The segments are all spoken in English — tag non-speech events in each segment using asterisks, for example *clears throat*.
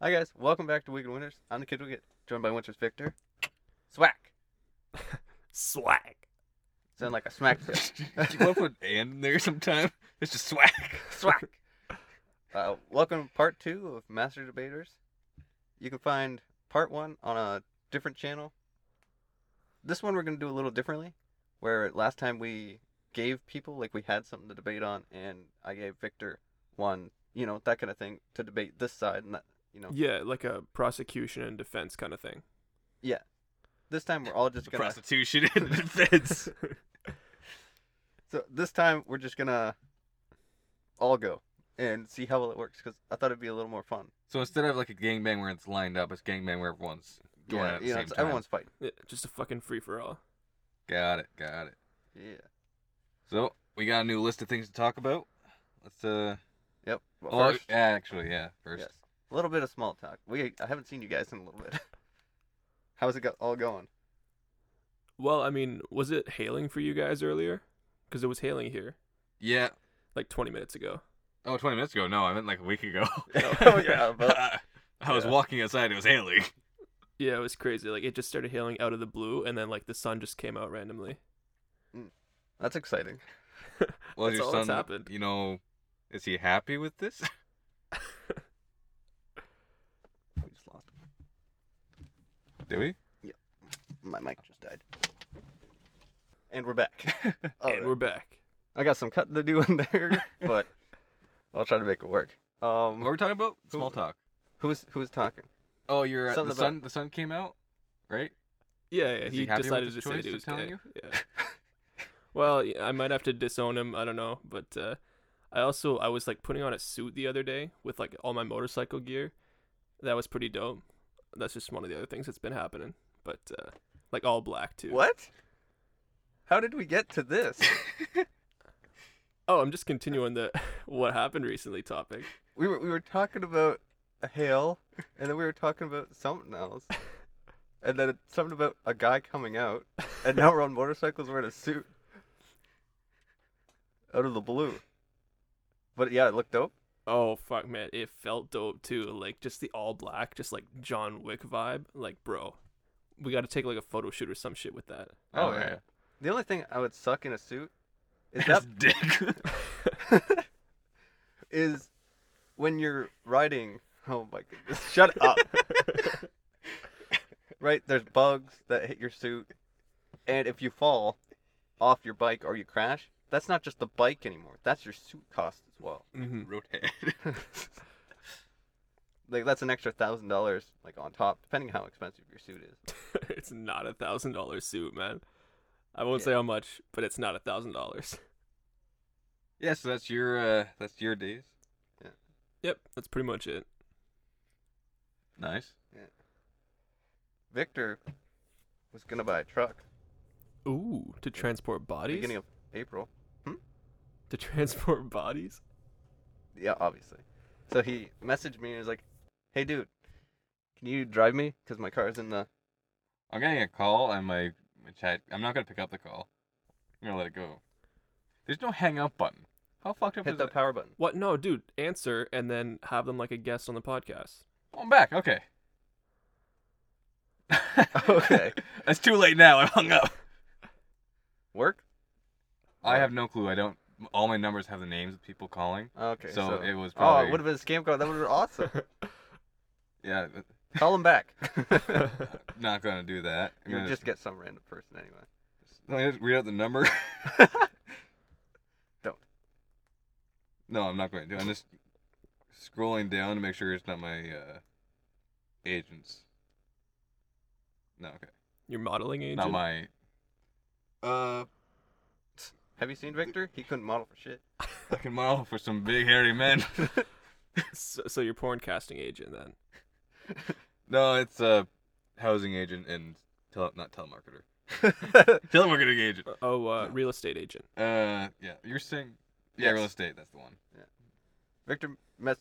Hi guys, welcome back to Wicked Winters. I'm the Kid Wicked, joined by Winters Victor. Swack. Swag. Sound like a smack *laughs* Do tip. *laughs* you want to put and in there sometime? It's just swag. *laughs* Swack. Uh, welcome to part two of Master Debaters. You can find part one on a different channel. This one we're going to do a little differently, where last time we gave people, like we had something to debate on, and I gave Victor one, you know, that kind of thing, to debate this side. And that, you know, Yeah, like a prosecution and defense kind of *laughs* thing. this time we're all just The going to. prostitution *laughs* and *laughs* defense. So this time we're just gonna all go and see how well it works because I thought it'd be a little more fun. So instead of like a gangbang where it's lined up, it's gangbang where everyone's going at the you know, same it's- time. everyone's fighting. Yeah, just a fucking free for all. Got it. Got it. Yeah. So we got a new list of things to talk about. Let's uh. Yep. But oh, first, actually, yeah. First. yes, a little bit of small talk. We I haven't seen you guys in a little bit. *laughs* How's it go- all going? Well, I mean, was it hailing for you guys earlier? Because it was hailing here Yeah. like 20 minutes ago. Oh, 20 minutes ago. No, I meant like a week ago. *laughs* Oh, yeah, but- I was Yeah. walking outside. It was hailing. Yeah, it was crazy. Like it just started hailing out of the blue, and then like the sun just came out randomly. That's exciting. Well, That's your all son, that's happened. you know, is he happy with this? We just lost Do we? my mic just died. And we're *laughs* back. *laughs* All and right. we're back. I got some cutting to do in there, *laughs* but I'll try to make it work. What were Um, we talking about? Small Who- talk. who's who's talking? Oh, you're uh, the Something about- sun. The sun came out, right? Yeah, yeah. Is He, he happy with decided his to say choice it of was telling gay. you? *laughs* Yeah. well, yeah, I might have to disown him. I don't know, but uh, I also I was like putting on a suit the other day with like all my motorcycle gear. That was pretty dope. That's just one of the other things that's been happening. But uh, like all black too. What? How did we get to this? Oh, I'm just continuing the *laughs* what happened recently topic. We were we were talking about a hail, and then we were talking about something else, and then it's something about a guy coming out, and now we're on motorcycles wearing a suit. Out of the blue. But yeah, it looked dope. Oh fuck, man, it felt dope too. Like just the all black, just like John Wick vibe. Like, bro, we got to take like a photo shoot or some shit with that. Oh, yeah. *laughs* The only thing I would suck in a suit is That's that dick. *laughs* is when you're riding. Oh my goodness! Shut up. right, there's bugs that hit your suit, and if you fall off your bike or you crash, that's not just the bike anymore. That's your suit cost as well. Mm-hmm. *laughs* Roadhead. Like that's an extra thousand dollars, like on top, depending how expensive your suit is. *laughs* it's not a thousand dollar suit, man. I won't Yeah. say how much, but it's not a thousand dollars. *laughs* Yeah, so that's your uh, that's your days. Yep, that's pretty much it. Nice. Victor was gonna buy a truck Ooh, to transport bodies. beginning of April. to transport bodies. Yeah, obviously. So he messaged me and was like, "Hey, dude, can you drive me? Cause my car's in the I'm getting a call on my, my chat. I'm not gonna pick up the call. I'm gonna let it go. There's no hang up button. How fucked up hit is the that? power button." What? No, dude, answer and then have them like a guest on the *laughs* podcast. Oh, I'm back. Okay. *laughs* Okay. *laughs* It's too late now. I hung up. Work? I have no clue. I don't. All my numbers have the names of people calling. Okay. so, it was Oh, probably. it would have been a scam call. That would have been *laughs* awesome. yeah, but Call him *laughs* back. not gonna do that. I'm you gonna just get some random person anyway. Let me just read out the number. *laughs* Don't. No, I'm not going to. I'm just scrolling down to make sure it's not my uh, agents. No, okay. Your modeling agent. Not my. Uh, Have you seen Victor? He couldn't model for *laughs* shit. fucking model for some big hairy men. *laughs* *laughs* So, so your porn casting agent then. no, it's a housing agent and tele- not telemarketer. *laughs* Telemarketing agent. Oh, uh, No. real estate agent. Uh, yeah. You're saying. Yeah, Yes. real estate. That's the one. Victor mess.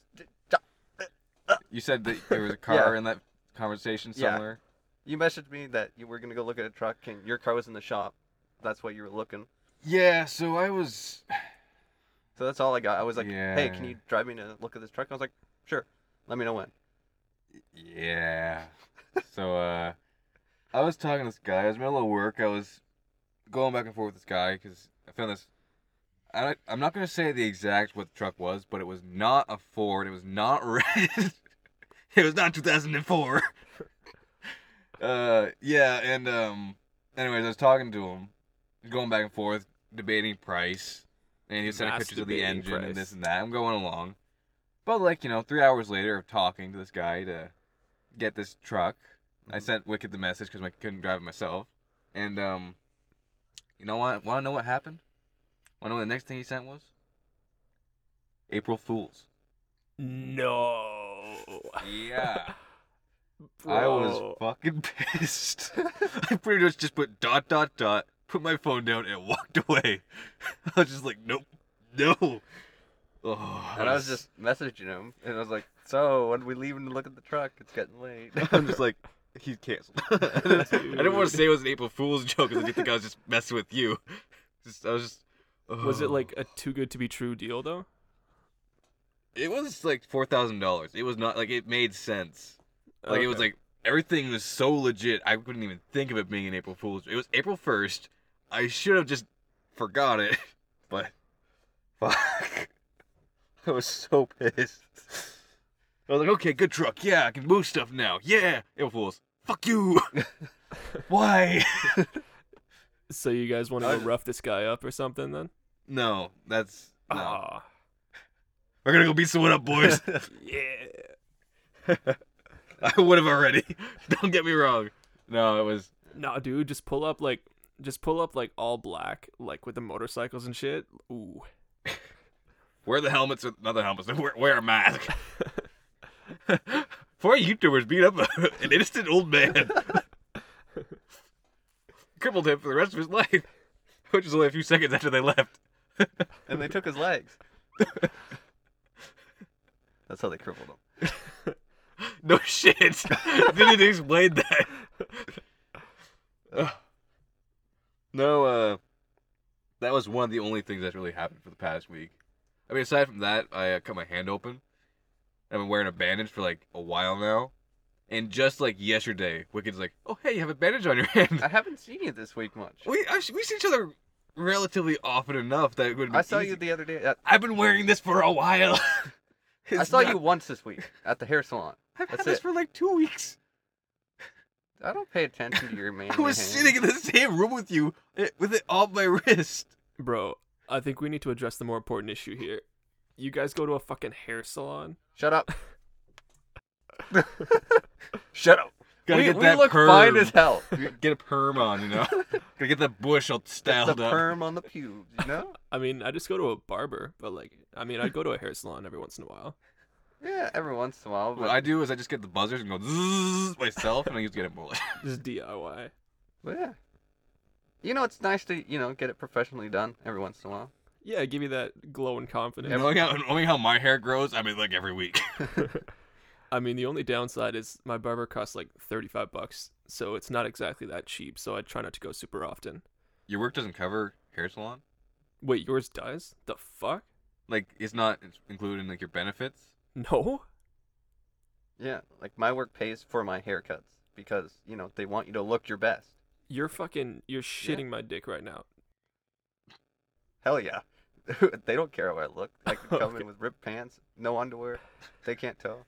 You said *laughs* that there was a car in that conversation Yeah. somewhere. You messaged me that you were gonna go look at a truck and your car was in the shop. That's why you were looking. Yeah, so I was. So that's all I got. I was like, "Hey, Yeah. can you drive me to look at this truck?" I was like, "Sure. Let me know when." Yeah. so uh, I was talking to this guy. I was in the middle of work. I was going back and forth with this guy because I found this. I, I'm not gonna say the exact what the truck was, but it was not a Ford. It was not *laughs* red. it was not 2004. *laughs* uh, yeah, and um, anyways, I was talking to him, going back and forth, debating price, and he was sending Mass pictures of the debating engine price. and this and that. I'm going along, but like you know, three hours later of talking to this guy to get this truck, I Mm-hmm. Mhm. sent Wicked the message because I couldn't drive it myself, and um, you know what? Want to know what happened? Want to know what the next thing he sent was? April Fools. No. Yeah. *laughs* I was Bro. fucking pissed. *laughs* I pretty much just put dot dot dot, put my phone down, and walked away. *laughs* I was just like, nope, no. Oh, And I was just messaging him, and I was like, "So, when we leaving to look at the truck? It's getting *laughs* late." *laughs* I'm just like, he's canceled. *laughs* I *laughs* didn't want Dude. to say it was an April Fool's joke because I didn't think I was just messing with you. *laughs* Just, I was just. Was it oh. like a too good to be true deal though? It was like four thousand dollars. It was not like it made sense. Like it was Okay. like everything was so legit. I couldn't even think of it being an April Fool's. It was April first. I should have just forgot it, *laughs* but fuck, *laughs* I was so pissed. I was like, okay, good truck. Yeah, I can move stuff now. Yeah, April Fools. *laughs* Fuck you. Why? So you guys want I to go just- rough this guy up or something then? No, that's no. Ah, We're gonna go beat someone *laughs* up, boys. *laughs* yeah. I would have already. *laughs* Don't get me wrong. No, it was No, dude, just pull up like just pull up like all black, like with the motorcycles and shit. Ooh. Wear the helmets with not the helmets. *laughs* Wear, wear a mask. Four YouTubers beat up a, *laughs* an innocent old man, *laughs* crippled him for the rest of his life, *laughs* which is only a few seconds after they left. *laughs* and they took his legs. *laughs* That's how they crippled him. No *laughs* shit. Didn't even explain that. Ugh. no, uh, that was one of the only things that's really happened for the past week. I mean, aside from that, I uh, cut my hand open. I've been wearing a bandage for like a while now. And just like yesterday, Wicked's like, "Oh hey, you have a bandage on your *laughs* hand." I haven't seen you this week much. we I, we see each other relatively often enough that it would. I saw you the other day. At, I've been wearing this for a while. *laughs* I It's saw not- you once this week at the hair salon. I've had that's this it. for like two weeks. I don't pay attention to *laughs* your man. I *laughs* was sitting in the same room with you eh, with it on my wrist. Bro, I think we need to address the more important issue here. You guys go to a fucking hair salon? Shut up. *laughs* Shut up. Gotta we get we that look perm. fine as *laughs* hell. Get a perm on, *laughs* you know. Gotta get that bush all It's styled the up. perm on the pubes, you know? I mean, I just go to a barber, but like, I mean, I go to a hair salon every once in a while. Yeah, every once in a while. What But I do is I just get the buzzers and go zzzz myself, and I just get it bullet. *laughs* Just DIY. Well, yeah. You know, it's nice to, you know, get it professionally done every once in a while. Yeah, give me that glow and confidence. And knowing how, knowing how my hair grows, I mean, like every week. *laughs* I mean, the only downside is my barber costs like 35 bucks, so it's not exactly that cheap, so I try not to go super often. Your work doesn't cover hair salon. Wait, yours does? The fuck? Like it's not in- included in like your benefits. No? Yeah, like my work pays for my haircuts because, you know, they want you to look your best. You're fucking, you're shitting my dick right now. Hell yeah. *laughs* they don't care how I look. I *laughs* can come Okay. in with ripped pants, no underwear. They can't tell.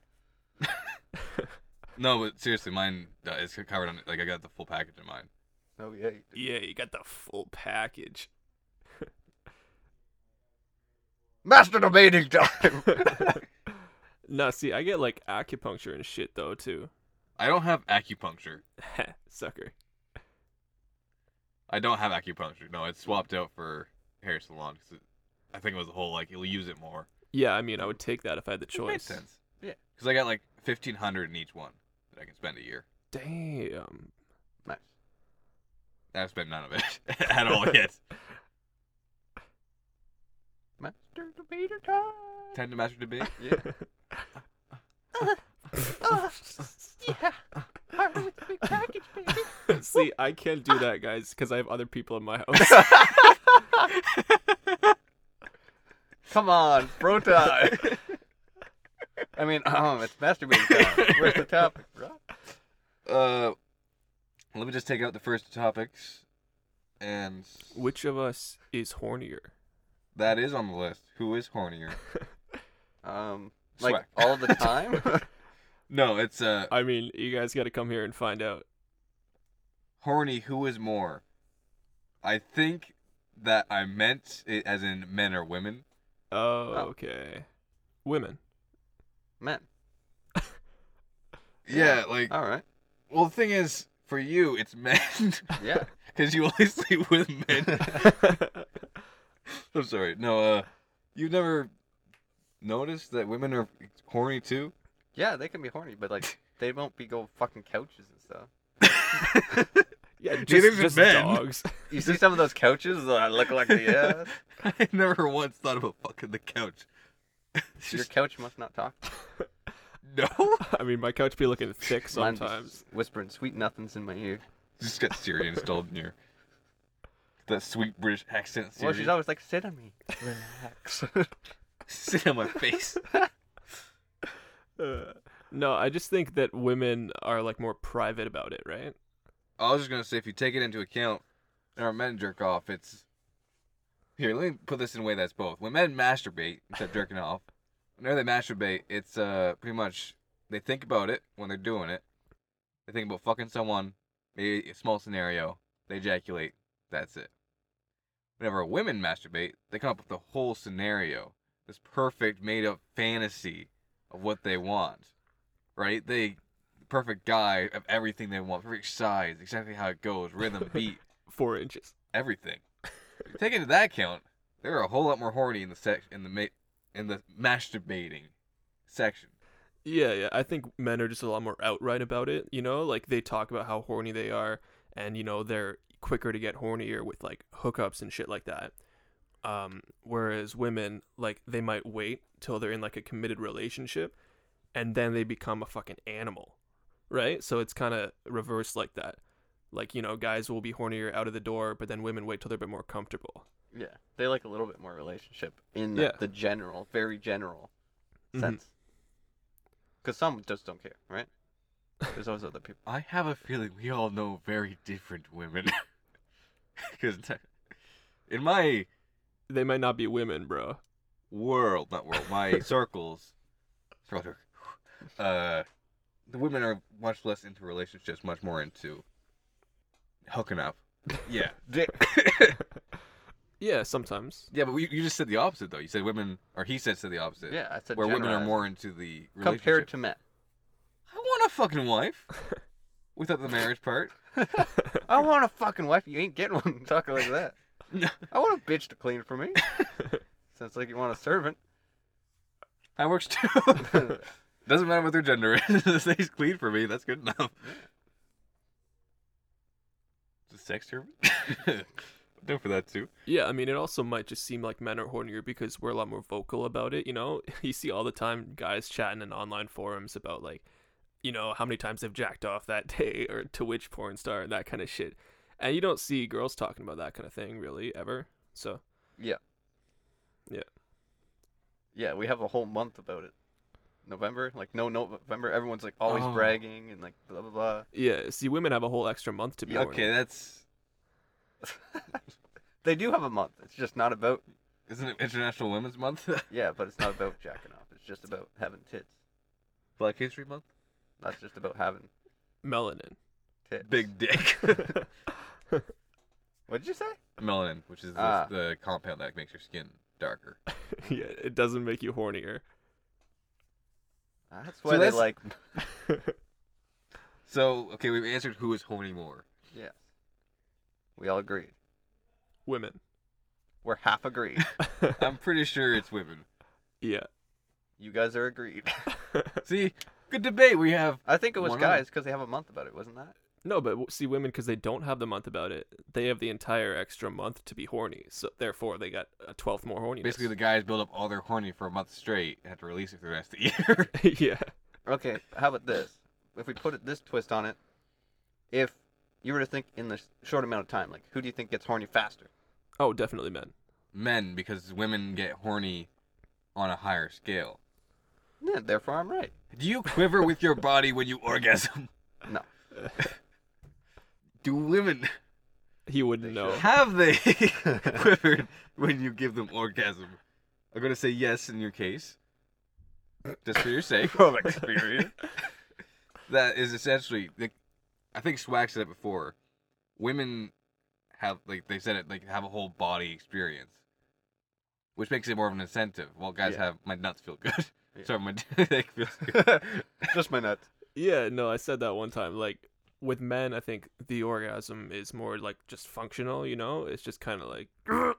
No, but seriously, mine uh, is covered on. Like I got the full package in mine. Oh, yeah. you do. Yeah, you got the full package. Master debating *laughs* time! no, see, I get like acupuncture and shit though too. *laughs* I don't have acupuncture. Heh, Sucker. I don't have acupuncture. No, it's swapped out for hair salon because I think it was the whole like you'll use it more. Yeah, I mean, I would take that if I had the It choice. makes sense. Yeah. Because I got like fifteen hundred in each one that I can spend a year. *laughs* Damn. nice. I've spent none of it *laughs* at all yet. Master debater time! Time to master debate. Yeah. *laughs* Oh, yeah. Part with the big package, baby. see, I can't do that, guys, because I have other people *laughs* in my house. *laughs* Come on, bro time. I mean, um, it's masturbating time. Where's the topic, bro? Uh, let me just take out the first topics, and Which of us is hornier? that is on the list. Who is *laughs* hornier? Um, like Swag. all the time. oh, *laughs* No, it's uh I mean, you guys got to come here and find out. horny. Who is more? I think that I meant it as in men or women. Oh, Oh. okay. Women. *laughs* *laughs* Man, Yeah, like all right, well, the thing is, for you, it's men. *laughs* yeah. Because you only *laughs* sleep with men. *laughs* I'm sorry. No, uh, you've never noticed that women are horny too? Yeah, they can be horny, but like they won't be go fucking couches and stuff. yeah, Do you think just, it's just men? dogs. *laughs* You see some of those couches that look like *laughs* the uh, *laughs* ass. I never once thought about fucking the couch. *laughs* It's Your just, couch must not talk. no. *laughs* I mean, my couch be looking thick Mine be sometimes. whispering sweet nothings in my ear. Just got *laughs* Siri installed in here. That sweet British accent Siri. Well, she's always like, "Sit on me, *laughs* relax." *laughs* Sit on my face. Uh, no, I just think that women are like more private about it, right? I was just gonna say, if you take it into account, and our men jerk off, it's here. Let me put this in a way that's both. When men masturbate instead of jerking off, whenever they masturbate, it's uh pretty much they think about it when they're doing it. They think about fucking someone. Maybe a small scenario. They ejaculate. That's it. Whenever women masturbate, they come up with the whole scenario, this perfect made-up fantasy of what they want. Right? They perfect guy of everything they want, perfect size, exactly how it goes, rhythm, beat, Four inches. everything. If you Take into that count, there are a whole lot more horny in the sec- in the ma- in the masturbating section. Yeah, yeah. I think men are just a lot more outright about it, you know? Like they talk about how horny they are and you know, they're quicker to get hornier with like hookups and shit like that. Um whereas women like they might wait till they're in like a committed relationship and then they become a fucking animal. Right? So it's kind of reversed like that. Like, you know, guys will be hornier out of the door, but then women wait till they're a bit more comfortable. yeah, they like a little bit more relationship in Yeah. the, the general, very general Mm-hmm. Mhm. sense. Because some just don't care, right? There's always other people. I have a feeling we all know very different women. *laughs* Because in my They might not be women, bro. world, not world, my circles, circle, uh, the women are much less into relationships, much more into hooking up. Yeah. Yeah, sometimes. Yeah, but you, you just said the opposite though. You said women, or he said said the opposite. Yeah, I said where women are generalized. more into the relationship. compared to *laughs* men. I want a fucking wife, *laughs* without the marriage part. I want a fucking wife. You ain't getting one *laughs* talking like that. I want a bitch to clean for me. Sounds like you want a *laughs* servant. *laughs* That works too. *laughs* Doesn't matter what their gender is. *laughs* If they clean for me. That's good enough. The sex *laughs* servant. I'm down for that too. Yeah, I mean, it also might just seem like men are hornier because we're a lot more vocal about it. You know, *laughs* you see all the time guys chatting in online forums about like, you know, how many times they've jacked off that *laughs* day or to which porn star and that kind of shit. And you don't see girls talking about that kind of thing really ever. So Yeah, we have a whole month about it. November, like no November. Everyone's like always Oh. bragging and like blah blah blah. yeah, see, women have a whole extra month to be Okay, horny. that's *laughs* They do have a month. It's just not about isn't it International Women's Month? *laughs* yeah, but it's not about jacking off. It's just about having tits. Black History Month. That's just about having Melanin. *laughs* tits. *laughs* Big dick. *laughs* What'd you say? Melanin, which is the, Ah. the compound that makes your skin darker. yeah, it doesn't make you hornier. *laughs* That's why that's- they like So okay, we've answered who is horny more. yeah. We all agreed. women. We're half *laughs* agreed. I'm pretty sure it's women. yeah. *laughs* you guys are agreed. See, good debate we have. I think it was Why not? guys because they have a month about it, wasn't that? No, but w- see, women because they don't have the month about it, they have the entire extra month to be horny. So therefore, they got a twelfth more horniness. Basically, the guys build up all their horny for a month straight and have to release it for the rest of the *laughs* year. *laughs* yeah, Okay, how about this? If we put it this twist on it, if you were to think in the s- short amount of time, like who do you think gets horny faster? oh, definitely men. Men, because women get horny on a higher scale. Yeah, therefore I'm right. Do you quiver with your body when you orgasm? *laughs* No. Do women He wouldn't They know. should. have they quivered when you give them orgasm? I'm gonna say yes in your case, just for *laughs* your sake of experience. that is essentially, like, I think Swag said it before. Women have like they said it like have a whole body experience, which makes it more of an incentive. While guys Yeah. have my nuts feel good. Yeah. Sorry, my *laughs* dick feels *laughs* good. Just my nuts. Yeah, no, I said that one time. Like with men, I think the orgasm is more like just functional. You know, it's just kind of like, *laughs*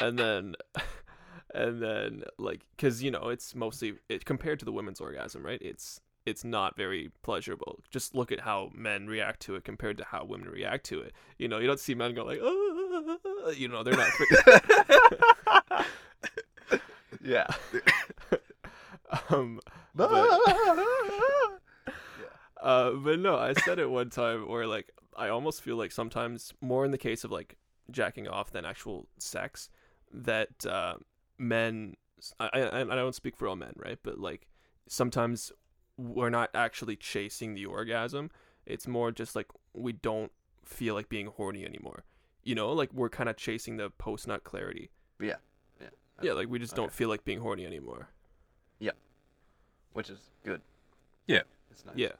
and then, *laughs* and then like because you know it's mostly it compared to the women's orgasm, right? It's it's not very pleasurable. Just look at how men react to it compared to how women react to it. You know, you don't see men go like, *laughs* "Ah," you know, they're not. Yeah. *laughs* um, Uh, but no, I said it one time, or like I almost feel like sometimes more in the case of like jacking off than actual sex, that uh, men. I, I I don't speak for all men, right? But like sometimes we're not actually chasing the orgasm. It's more just like we don't feel like being horny anymore. You know, like we're kind of chasing the post nut clarity. Yeah. Yeah. Yeah, like we just don't Okay. feel like being horny anymore. Which is good. Yeah. It's nice. Yeah.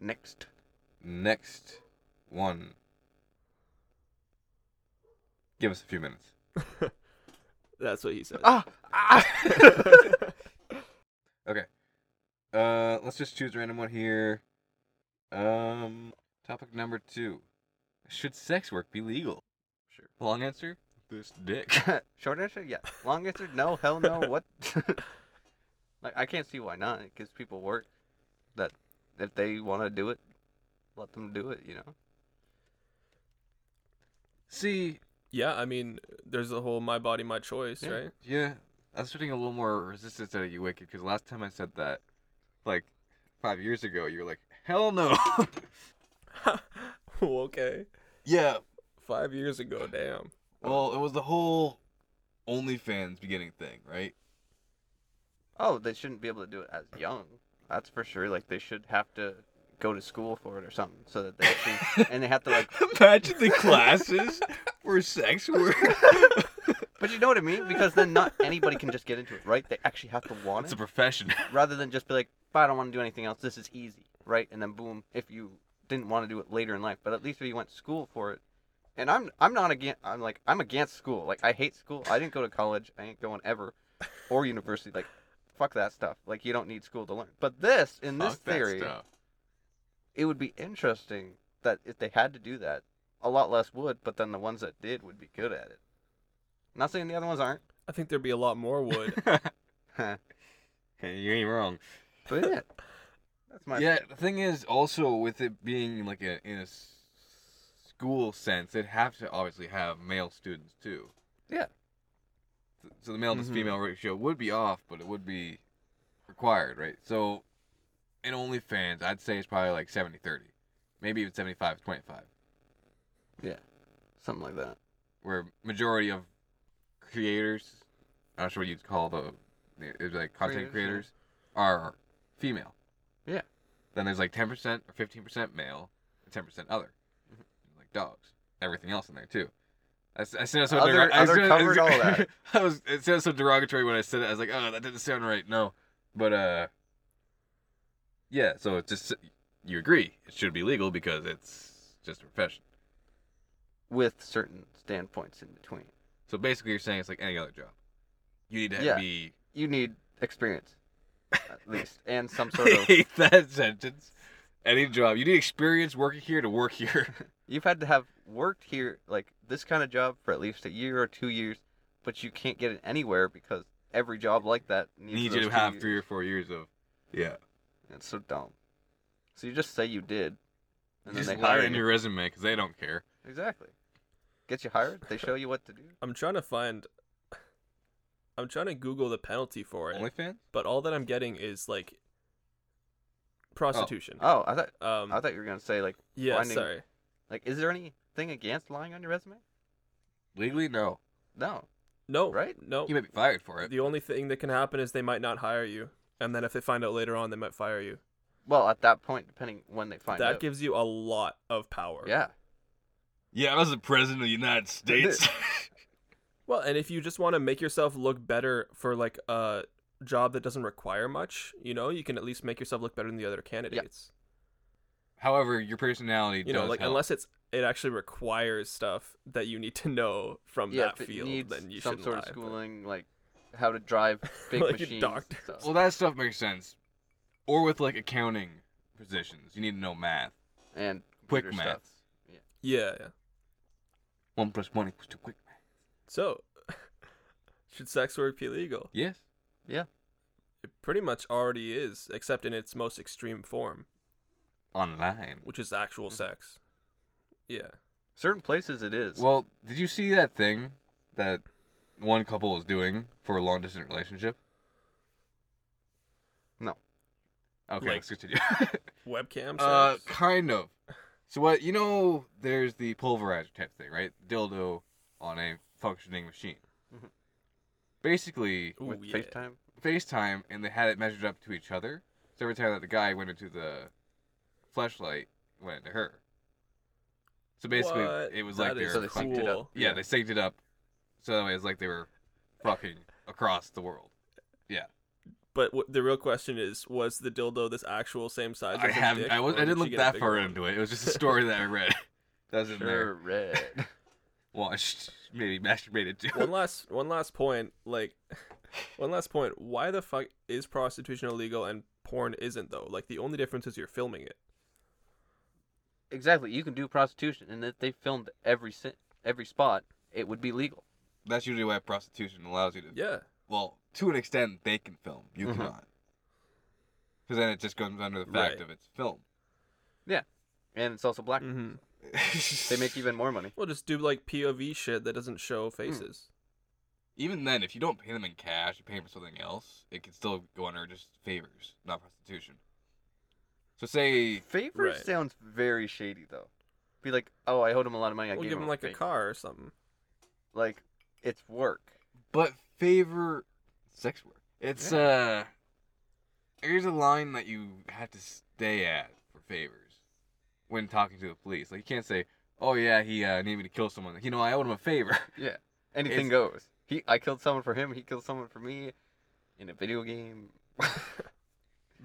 Next. Next one. Give us a few minutes. That's what he said. *laughs* Ah. Uh, let's just choose a random one here. Um, topic number two: Should sex work be legal? Sure. Long answer: This dick. *laughs* Short answer, yeah. Long answer, no. Hell no. What? *laughs* like I can't see why not. It gives people work. That if they want to do it, let them do it. You know. See, Yeah, I mean, there's the whole my body, my choice, Yeah. right? *laughs* yeah, I was putting a little more resistance at you, Wicked, because last time I said that, like five years ago, you were like, "Hell no." *laughs* okay. yeah. Five years ago, damn. Well, it was the whole OnlyFans beginning thing, right? *laughs* Oh, they shouldn't be able to do it as young. That's for sure. Like they should have to go to school for it or something, so that they actually and they have to like. Imagine the *laughs* classes for sex work. But you know what I mean? Because then not anybody can just get into it, right? They actually have to want *laughs* It's it. a profession. rather than just be like, "If I don't want to do anything else. This is easy, right? And then boom, if you didn't want to do it later in life, but at least if you went to school for it. And I'm I'm not against I'm like I'm against school. Like I hate school. I didn't go to college. I ain't going ever, or university. Like fuck that stuff. Like you don't need school to learn. But this in this Fuck that theory, stuff. it would be interesting that if they had to do that, a lot less would. But then the ones that did would be good at it. Not saying the other ones aren't, I think there'd be a lot *laughs* more wood. but Hey, you ain't wrong. *laughs* yeah, that's my Yeah, the thing is, also with it being like a, in a s- school sense, they'd have to obviously have male students too. Yeah. Mm-hmm. Th- So the male to Mhm. female ratio would be off, but it would be required, right? So in OnlyFans, I'd say it's probably like 70 30, maybe even 75 25, something like that. where majority of creators, I'm not sure what you'd call the, it's like content Creators, yeah. creators, are female. Yeah. Then there's like 10% or 15% male and 10% other. Mm-hmm. Like dogs. Everything else in there too. I, s- I said it so Other- derog- I other said it- covered *laughs* all that. I was it sounded so derogatory when I said it. I was like, "Oh, that didn't sound right." No. But uh Yeah, so it's just you agree. It should be legal because it's just a profession. with certain standpoints in between. So basically you're saying it's like any other job. You need to Yeah. *laughs* be You need experience, *laughs* at least, and some sort I of. *laughs* hate that sentence. Any job. You need experience working here to work *laughs* here. You've had to have worked here, like this kind of job, for at least a year or two years, but you can't get it anywhere because every job like that needs need you to those two have years. three or four years of Yeah. It's so dumb. So you just say you did, and just then they lie hire in you. your resume because they don't care. Exactly. Get you hired. They show you what *laughs* to do. I'm trying to find. I'm trying to Google the penalty for it, OnlyFans? but all that I'm getting is like prostitution. Oh, I thought um, I thought you were gonna say like yeah, finding- sorry. like is there anything against lying on your resume? Legally, no. No. No. Right? No. You might be fired for it. The only thing that can happen is they might not hire you, and then if they find out later on, they might fire you. Well, at that point, depending when they find that out. gives you a lot of power. yeah. Yeah, I was the president of the United States. *laughs* Well, and if you just want to make yourself look better for like a job that doesn't require much, you know, you can at least make yourself look better than the other candidates. However, your personality You does know, like help. unless it's it actually requires stuff that you need to know from yeah, that if it field, needs then you some shouldn't sort lie. of but- schooling, like how to *laughs* drive big Like a machines. and doctor. stuff. Well, that stuff makes sense. Or with like accounting positions, you need to know math. and Quick computer math. Stuff. Yeah, yeah. One plus one equals two. Quick math. So, *laughs* should sex work be legal? Yes. It pretty much already is, except in its most extreme form, Online. which is actual Mm-hmm. sex. Yeah. Certain places it is. Well, did you see that thing that one couple was doing for a long distance relationship? No. Okay, Like- let's continue. *laughs* Webcam sex. uh, kind of. So what you know? There's the pulverizer type thing, right? Dildo on a functioning machine. Mhm. Basically, Ooh, with yeah. FaceTime. FaceTime and they had it measured up to each other. So every time that the guy went into the flashlight, it went into her. So basically, What? it was That like is they're So they fucking- synced it up. cool. yeah, Yeah. they synced it up. So that way, it's like they were fucking across the world. But w- the real question is, was the dildo this actual same size? I as his have dick, I was or I did didn't she look get a that bigger far one? into it. It *laughs* was just a story that I read. *laughs* That was in there. Sure, *laughs* red. Well, I sh- maybe masturbated too. one last, one last point. Like, *laughs* one last point. Why the fuck is prostitution illegal and porn isn't though? Like, the only difference is you're filming it. exactly. You can do prostitution, and if they filmed every si- every spot, it would be legal. *laughs* That's usually why prostitution allows you to. Yeah. Mm-hmm. Well, to an extent, they can film. You Mhm. cannot. Because then it just comes under the fact Right. of it's film. *laughs* And it's also black. Mm-hmm. They make even more money. Well, just do like POV shit that doesn't show Hmm. faces. even then, if you don't pay them in cash, you pay them for something else. It can still go under just favors, not prostitution. So say Favor Right. sounds very shady, though. Be like, oh, I owed him a lot of money. I We'll gave give him them like a favor." car or something. Like, it's work. But favor sex work. It's uh there's a line that you have to stay at for favors when talking to the police. Like you can't say, "Oh yeah, he uh, needed me to kill someone." Like, you know, I owed him a favor. *laughs* Yeah, anything It's- goes. He, I killed someone for him. He killed someone for me, in a video *laughs* game.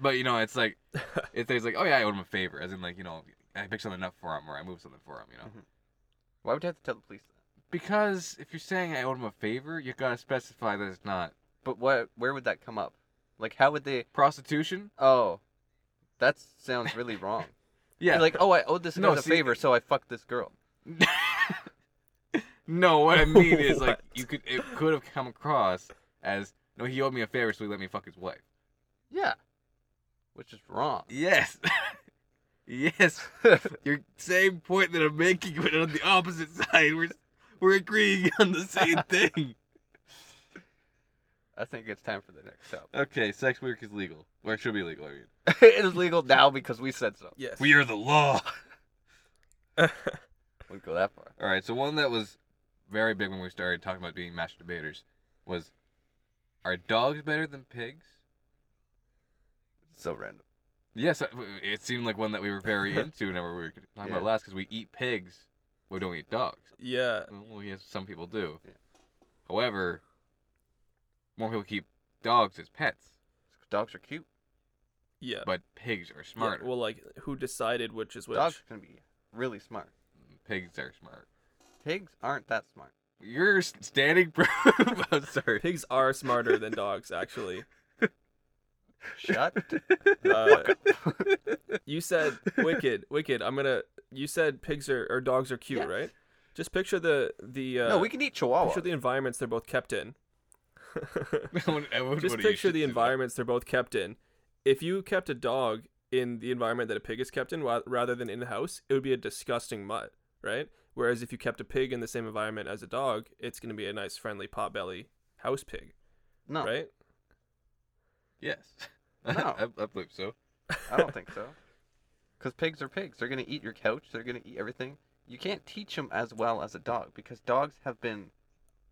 But you know, it's like it's things like, "Oh yeah, I owed him a favor," as in like you know, I picked something up for him or I moved something for him. You know, Mhm. Why would you have to tell the police that? because if you're saying I owed him a favor, you gotta specify that it's not But what? Where would that come up? Like, how would they? prostitution. Oh, that sounds really *laughs* wrong. Yeah, You're like, oh, I owed this guy No, a see- favor, so I fucked this girl. no, what I mean is *laughs* like What? you could it could have come across as no, he owed me a favor, so he let me fuck his wife. Yeah, which is wrong. Yes, *laughs* yes. Your same point that I'm making, but on the opposite side, we're we're agreeing *laughs* on the same thing. I think it's time for the next stop. Okay, sex work is legal, or it should be legal. I mean, *laughs* it is legal now because we said so. Yes. we are the law. Wouldn't go that far. *laughs* All right, so one that was very big when we started talking about being masturbators was: Are dogs better than pigs? So random. Yes, uh, it seemed like one that we were *laughs* very into whenever we were talking about Yeah. last because we eat pigs, we don't eat dogs. yeah. Well, yes, some people do. Yeah. However, more people keep dogs as pets, Dogs are cute. Yeah. but pigs are Yeah, smarter. well, like who decided which is which? Dogs can be really smart. Pigs are smart. Pigs aren't that *laughs* smart. You're s- standing *laughs* proof. I'm sorry. *laughs* Pigs are smarter than dogs, actually. *laughs* Shut. Uh, *laughs* you said wicked, wicked. I'm gonna. You said pigs are or dogs are cute, Yes. right? Just picture the the. Uh, no, we can eat chihuahua. picture the environments they're both *laughs* kept in. Everyone- everyone Just would eat picture Shih the Tzu. environments they're both kept in. If you kept a dog in the environment that a pig is kept in, wa- rather than in the house, it would be a disgusting mutt, right? Whereas if you kept a pig in the same environment as a dog, it's gonna be a nice, friendly, potbelly house pig, no, right? Yes. *laughs* No. I, I believe so. I *laughs* don't think so. Because pigs are pigs. They're gonna eat your couch. They're gonna eat everything. You can't teach them as well as a dog because dogs have been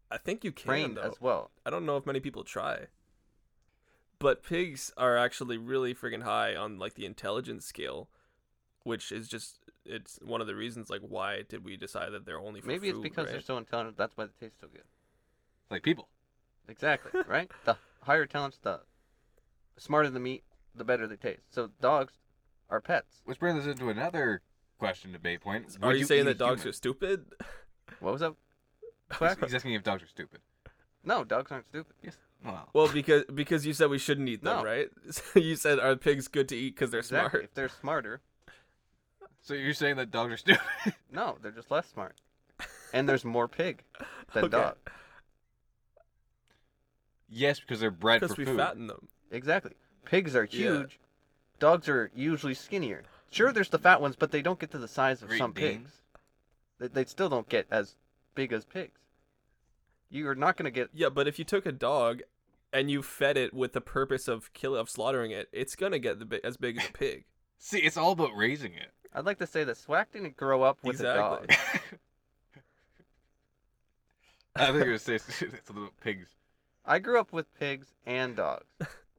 I think you can Brain though. as well. I don't know if many people try. But pigs are actually really freaking high on like the intelligence scale, which is just it's one of the reasons like why did we decide that they're only for Maybe it's food, because they're right? so intelligent. That's why they taste so good. Like people. *laughs* Exactly. right. The higher talents, the smarter the meat, the better they taste. So dogs are pets. Which brings us into another question debate point. Are Would you, saying eat a that dogs human? are stupid? *laughs* What was that? He's- Quack? *laughs* He's asking if dogs are stupid. no, dogs aren't stupid. Wow. Well, because because you said we shouldn't eat them, No. right? *laughs* So you said are pigs good to eat because they're Exactly. smart? If they're smarter, So you're saying that dogs are *laughs* stupid? no, they're just less smart. *laughs* And there's more pig than Okay. dog. yes, because they're bred for Because we food. fatten them. Exactly. Pigs are Yeah. huge. Dogs are usually skinnier. Sure, there's the fat ones, but they don't get to the size of Great some Dane. pigs. They, they still don't get as big as pigs. You are not going to get. Yeah, but if you took a dog and you fed it with the purpose of kill of slaughtering it, it's gonna get the bi- as big as a pig. See, it's all about raising it. I'd like to say that Swack didn't grow up with a dog. Exactly. I *laughs* think it was say *laughs* something about pigs. I grew up with pigs and *laughs* dogs.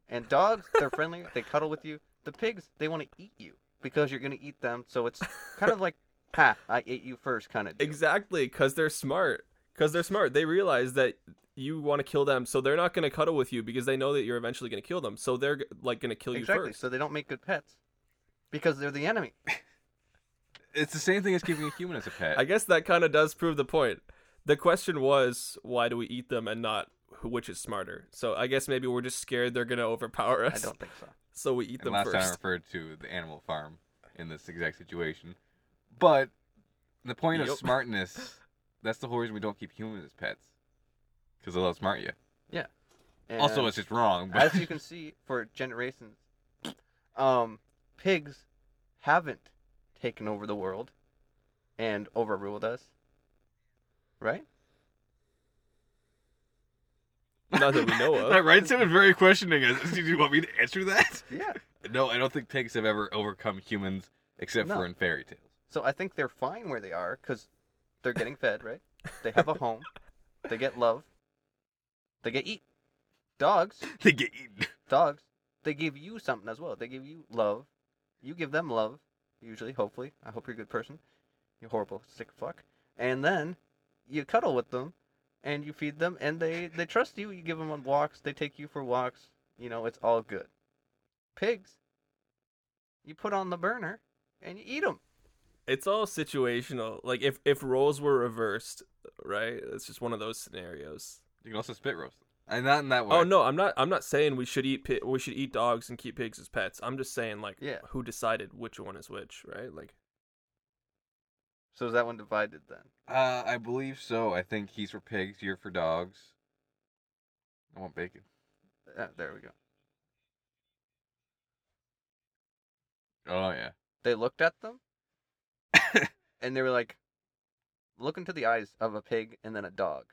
And dogs, they're friendly. They cuddle with you. The pigs, they want to eat you because you're going to eat them. So it's kind of *laughs* like, ha, I ate you first kind of. deal. Exactly, because they're smart. Because they're smart. They realize that you want to kill them, so they're not going to cuddle with you because they know that you're eventually going to kill them. So they're like going to kill Exactly. you first. So they don't make good pets because they're the enemy. It's the same thing as keeping a human as a *laughs* pet. I guess that kind of does prove the point. The question was, why do we eat them and not who- which is smarter? So I guess maybe we're just scared they're going to overpower I us. don't think so. *laughs* So we eat and them last time I first. *laughs* referred to the animal farm in this exact situation. But the point of Yup. smartness, that's the whole reason we don't keep humans as pets. Because they'll outsmart you. also, And- it's just wrong. But as you can see for generations um pigs haven't taken over the world and overruled us right Not that we *laughs* know *laughs* I of. read someone very questioning us. Do you want me to answer that? yeah No, I don't think pigs have ever overcome humans except No. for in fairy tales. so i think they're fine where they are because they're getting fed right they have a home they get love they get eat dogs They get eaten. dogs they give you something as well they give you love you give them love usually hopefully i hope you're a good person you horrible sick fuck and then you cuddle with them and you feed them and they they trust you you give them on walks they take you for walks you know it's all good pigs you put on the burner and you eat them It's all situational. Like if if roles were reversed, right? It's just one of those scenarios. You can also spit roast them. And not in that way. Oh no, I'm not. I'm not saying we should eat. Pi- we should eat dogs and keep pigs as pets. I'm just saying like, Yeah. who decided which one is which, right? Like, so is that one divided then Uh, I believe so. I think he's for pigs, you're for dogs. I want bacon. uh, there we go Oh yeah. they looked at *laughs* them and they were like look into the eyes of a pig and then a dog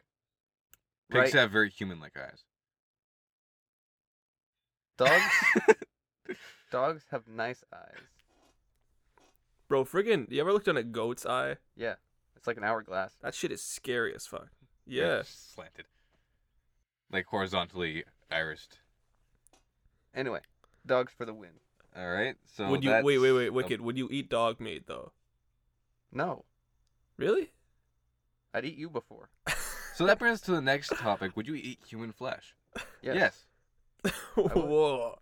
Pigs have very human-like eyes. Dogs *laughs* dogs have nice eyes. bro, friggin', you ever looked on a goat's eye? Yeah. It's like an hourglass. That shit is scary as fuck. They're Yeah, just Slanted. Like horizontally irised. Anyway, dogs for the win. All right. So would you that's wait, wait, wait, a- wicked? Would you eat dog meat though? No. Really? *laughs* I'd eat you before. So that brings us to the next topic. Would you eat human flesh? Yes. Whoa.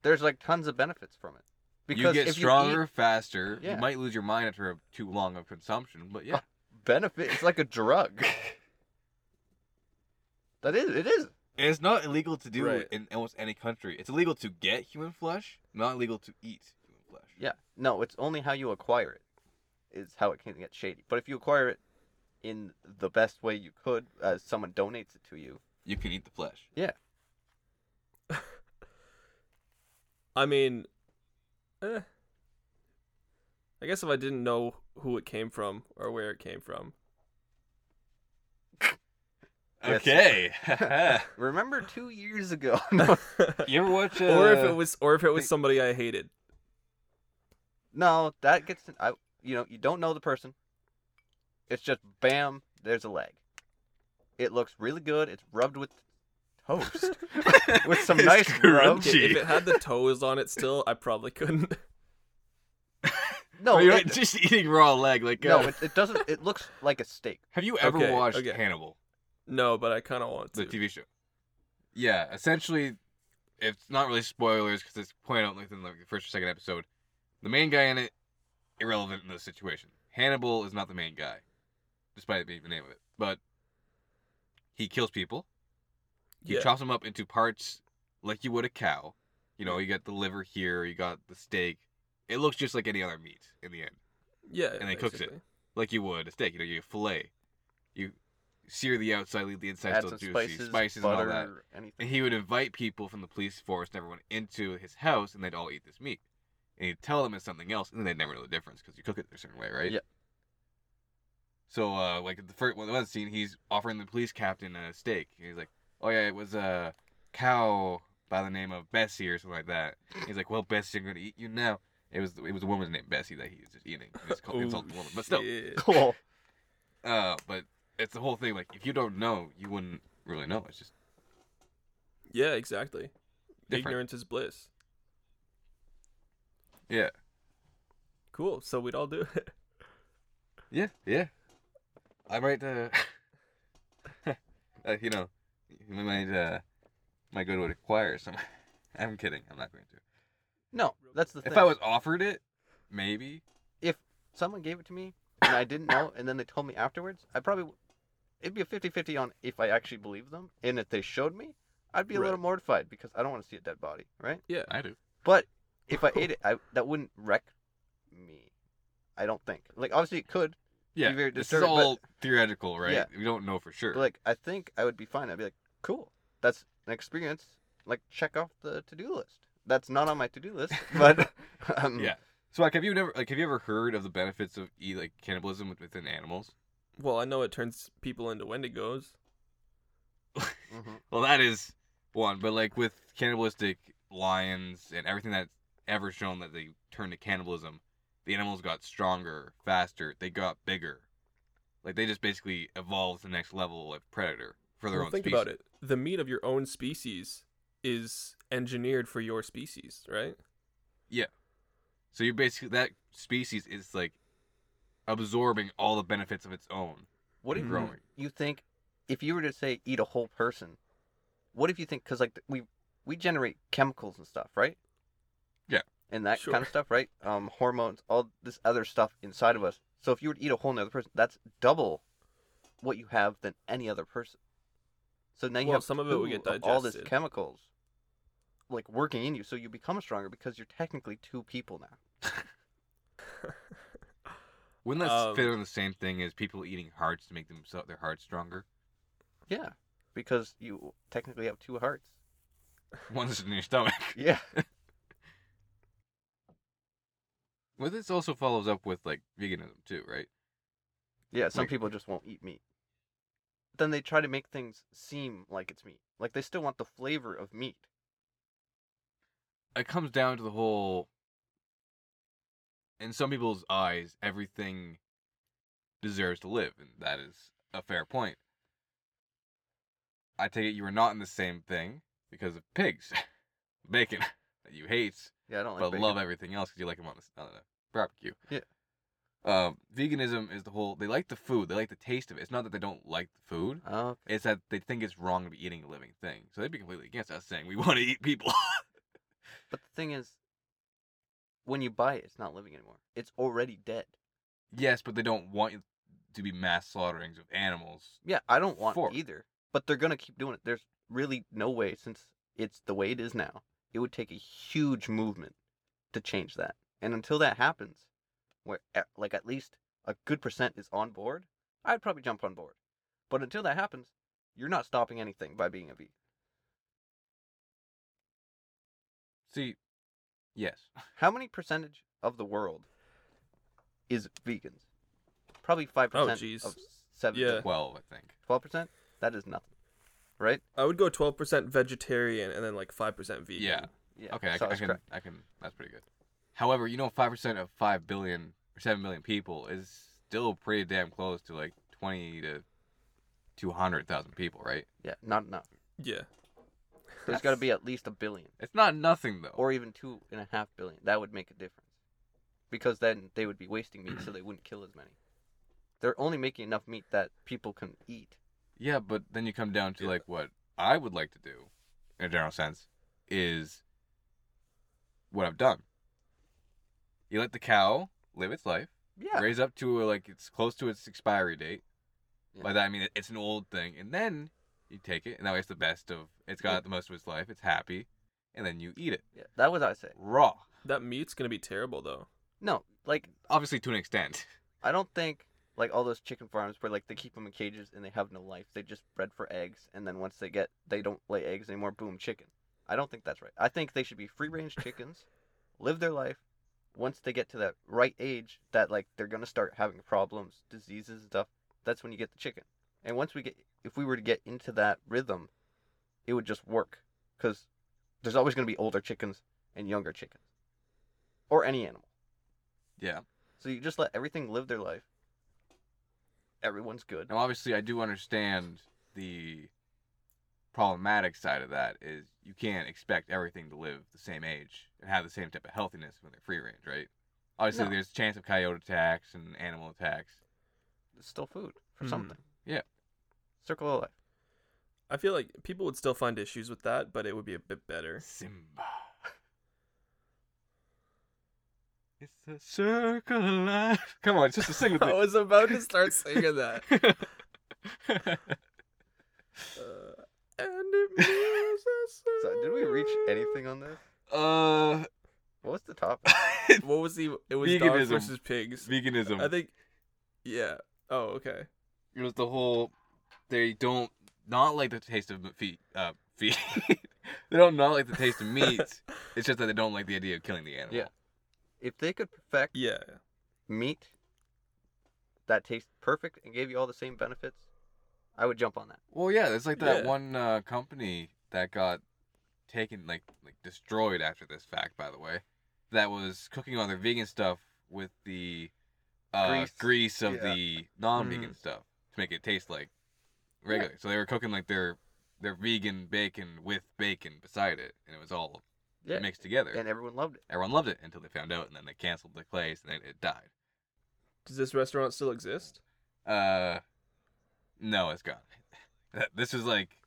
There's like tons of benefits from it. Because you get if stronger you faster. Yeah. You might lose your mind after a, too long of consumption, but yeah. eat benefit it's like a drug. that is it is. *laughs* And it's not illegal to do Right. in almost any country. It's illegal to get human flesh, not illegal to eat human flesh. Yeah. No, it's only how you acquire it is how it can get shady. But if you acquire it in the best way you could, as someone donates it to you. You can eat the flesh. I mean, eh. I guess if I didn't know who it came from or where it came from, *laughs* Yes. *laughs* Okay. *laughs* Remember two years ago? *laughs* no, you ever watch? Uh, or if it was, or if it was think- somebody I hated. No, that gets I you know, you don't know the person. It's just bam, there's a leg. It looks really good. It's rubbed with *laughs* toast. With some nice rub. rub. Okay, if it had the toes on it still, I probably couldn't. No, you're it, not just eating raw leg. Like, no, uh, it, it doesn't. It looks like a steak. have you ever Okay, watched okay. Hannibal, No, but I kind of want the to. TV show? Yeah, essentially, it's not really spoilers because it's pointed out within like the first or second episode. The main guy in it irrelevant in this situation. Hannibal is not the main guy, despite it being the name of it. But he kills people. He Yeah. chops them up into parts like you would a cow. You know, you got the liver here, you got the steak. It looks just like any other meat in the end, yeah. and they cooked it. basically. like you would a steak. You know, you fillet, you sear the outside, leave the inside Add still some juicy, spices, and all butter, that. anything. *laughs* And he would invite people from the police force and everyone into his house, and they'd all eat this meat. And he'd tell them it's something else, and they'd never know the difference because you cook it a certain way, right? Yep. So, uh, like the first one, one scene, he's offering the police captain a steak. And he's like, "Oh yeah, it was a cow by the name of Bessie or something like that." *laughs* And he's like, "Well, Bessie, I'm gonna eat you now." It was it was a woman named Bessie that he was just eating. He was called Oh, insulting woman, but still, shit. Cool. uh, but it's the whole thing. Like, if you don't know, you wouldn't really know. It's just Yeah, exactly. different. Ignorance is bliss. Yeah. Cool. So we'd all do it. *laughs* Yeah, yeah. I might, uh, *laughs* uh you know, we might, uh, might go to a choir or something. *laughs* I'm kidding. I'm not going to. No, that's the thing. If I was offered it, maybe. someone gave it to me and I didn't know, and then they told me afterwards, I probably w- it'd be a 50-50 on if I actually believe them, and if they showed me, I'd be a little Right. mortified because I don't want to see a dead body, right? Yeah. I do. But if I ate it, I, that wouldn't wreck me. I don't think. Like obviously it could, Yeah, Be very this is disturbing, but- all theoretical, right? Yeah. We don't know for sure. but like I think I would be fine. I'd be like, cool, that's an experience. Like check off the to-do list. That's not on my to-do list, but *laughs* um, yeah. So, like, have you never, like, have you ever heard of the benefits of, e- like, cannibalism within animals? Well, I know it turns people into Wendigos. mhm. Well, that is one, but like with cannibalistic lions and everything that's ever shown that they turn to cannibalism, the animals got stronger, faster, they got bigger. Like they just basically evolved to the next level of predator for their Well, own think species. about it. The meat of your own species is engineered for your species, right? So you basically that species is like absorbing all the benefits of its own. What and if Mhm. growing? you think if you were to say eat a whole person what if you think because like th- we we generate chemicals and stuff right Yeah. and that kind Sure. of stuff right um hormones all this other stuff inside of us so if you were to eat a whole nother person that's double what you have than any other person so now you Well, have some of it will two get all this digested. chemicals like working in you so you become stronger because you're technically two people now Wouldn't that Um, fit on the same thing as people eating hearts to make themselves their hearts stronger? *laughs* yeah because you technically have two hearts *laughs* One's in your stomach. *laughs* yeah Well, this also follows up with like veganism too, right? Yeah, some Like- people just won't eat meat. Then they try to make things seem like it's meat. Like they still want the flavor of meat. it comes down to the whole in some people's eyes everything deserves to live and that is a fair point i take it you are not in the same thing because of pigs *laughs* bacon *laughs* that you hate Yeah, I don't like but bacon. love everything else because you like them on the, on the barbecue Yeah. um, veganism is the whole they like the food they like the taste of it it's not that they don't like the food Oh, okay. it's that they think it's wrong to be eating a living thing so they'd be completely against us saying we *laughs* want to eat people But the thing is, when you buy it, it's not living anymore. It's already dead. Yes, but they don't want you to be mass slaughterings of animals. Yeah, I don't want Fork. either. But they're gonna keep doing it. There's really no way since it's the way it is now. It would take a huge movement to change that. And until that happens, where e- like at least a good percent is on board, I'd probably jump on board. But until that happens, you're not stopping anything by being a vegan. See, *laughs* yes. How many percentage of the world is vegans? Probably five Oh, percent jeez. of seven. Yeah. 12, I think. Twelve percent? That is nothing. Right? I would go 12% vegetarian and then like 5% vegan. Yeah. Yeah. okay, I, so ca- I that's can, correct. I can, that's pretty good. However, you know, 5% of 5 billion or 7 billion people is still pretty damn close to like 20 to 200,000 people, right? Yeah, not enough. Yeah. There's got to be at least a billion, It's not nothing though. or even two and a half billion. That would make a difference, because then they would be wasting meat, so they wouldn't kill as many. They're only making enough meat that people can eat. Yeah, but then you come down to Yeah. like what I would like to do, in a general sense, is what I've done. You let the cow live its life, Yeah. raise up to like it's close to its expiry date. Yeah. By that I mean it- it's an old thing, and then you take it, and that way it's the best of. It's Yeah. got the most of its life. It's happy, and then you eat it Yeah, that was what I say. raw. That meat's gonna be terrible though. No, like Obviously, to *laughs* an extent. I don't think like all those chicken farms where like they keep them in cages and they have no life. They just bred for eggs, and then once they get they don't lay eggs anymore. Boom, chicken. I don't think that's right. I think they should be free range chickens, live their life. Once they get to that right age, that like they're gonna start having problems, diseases and stuff. That's when you get the chicken. And once we get, if we were to get into that rhythm, it would just work because there's always gonna be older chickens and younger chickens, or any animal. Yeah. So you just let everything live their life. Everyone's good. Now, obviously, I do understand the problematic side of that is you can't expect everything to live the same age and have the same type of healthiness when they're free range, right? Obviously, No. there's a chance of coyote attacks and animal attacks. It's still food for Mhm. something. Yeah. Circle of life. I feel like people would still find issues with that, but it would be a bit better. Simba. *laughs* It's the circle of life. Come on, just sing *laughs* with I was about to start singing *laughs* that. it. Uh, and it moves us So did we reach around. anything on this? uh, *laughs* What was the topic? What was the? It was Veganism. dogs versus pigs. veganism. I think. Yeah. Oh, okay. it was the whole they don't not like the taste of feet uh feet *laughs* they don't not like the taste of *laughs* meat it's just that they don't like the idea of killing the animal Yeah. If they could perfect Yeah. meat that tastes perfect and gave you all the same benefits, I would jump on that. well yeah it's like that Yeah. one uh, company that got taken like like destroyed after this fact by the way that was cooking all their vegan stuff with the uh, grease. Grease. Mm. of Yeah. the non-vegan stuff to make it taste like regular so they were cooking like their their vegan bacon with bacon beside it and it was all Yeah. mixed together And everyone loved it. Everyone loved it until they found out, and then they canceled the place, and then it died. Does this restaurant still exist? Uh, no, it's gone. *laughs* This was like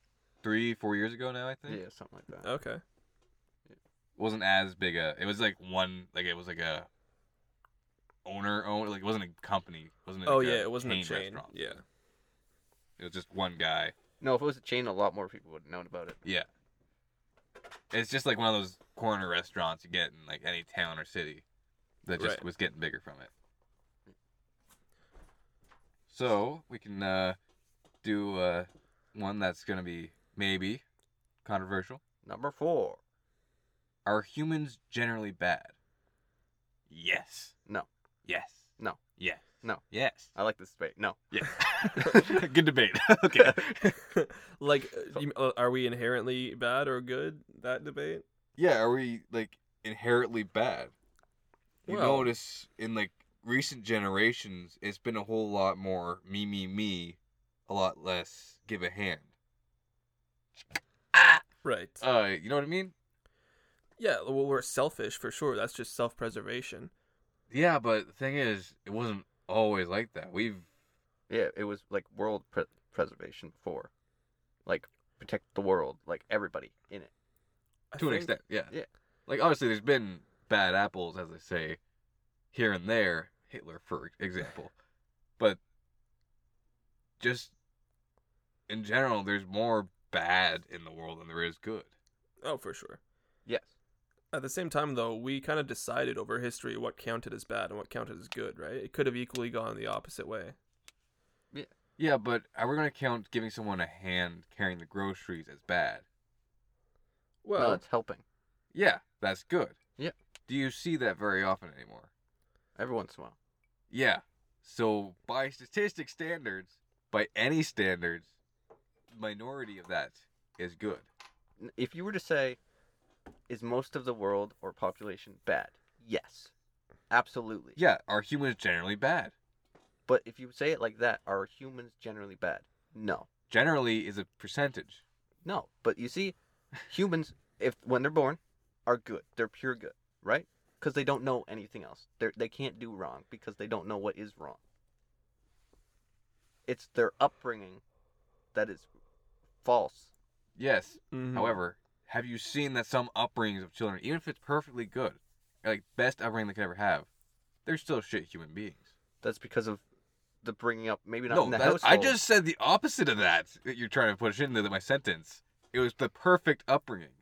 three, four years ago now. I think Yeah, something like that. Okay. wasn't as big a. It was like one, like it was like a owner owned. Like it wasn't a company. Wasn't oh like yeah, it wasn't a chain. restaurant. Yeah. it was just one guy. No, if it was a chain, a lot more people would have known about it. Yeah, it's just like one of those corner restaurants you get in like any town or city that just Right. was getting bigger from it. So we can uh, do uh, one that's gonna be maybe controversial. Number four. Are humans generally bad? Yes. No. Yes. No. Yes. No. Yes. I like this debate. No. Uh, Yeah. *laughs* Good debate. okay. *laughs* like, uh, you- uh, are we inherently bad or good? That debate. yeah are we like inherently bad you Well- notice in like recent generations it's been a whole lot more me me me a lot less give a hand Right. uh you know what i mean yeah. Well, we're selfish for sure. That's just self-preservation. yeah but the thing is it wasn't always like that we've *laughs* Yeah, it was like world pre- preservation for, like, protect the world, like everybody in it. I to an think- extent yeah yeah. like obviously there's been bad apples as they say here and there hitler for example *sighs* but just in general there's more bad in the world than there is good Oh, for sure. Yes. At the same time, though, we kind of decided over history what counted as bad and what counted as good, right? It could have equally gone the opposite way. Yeah, but are we gonna count giving someone a hand carrying the groceries as bad? Well, no, it's helping. Yeah, that's good. Yeah. Do you see that very often anymore? Every once in a while. Yeah. So by statistic standards, by any standards, minority of that is good. N- If you were to say, is most of the world or population bad? Yes. Absolutely. Yeah, are humans generally bad? But if you say it like that, are humans generally bad? No. generally is a percentage. No, but you see, humans, if when they're born, are good. They're pure good, right? Because they don't know anything else. They they can't do wrong because they don't know what is wrong. It's their upbringing that is false. Yes. Hmm. Mhm. However, have you seen that some upbringings of children, even if it's perfectly good, like best upbringing they could ever have, they're still shit human beings. That's because of the bringing up. Maybe not No, in the that- house. I just said the opposite of that. That you're trying to push into my sentence. It was the perfect upbringing.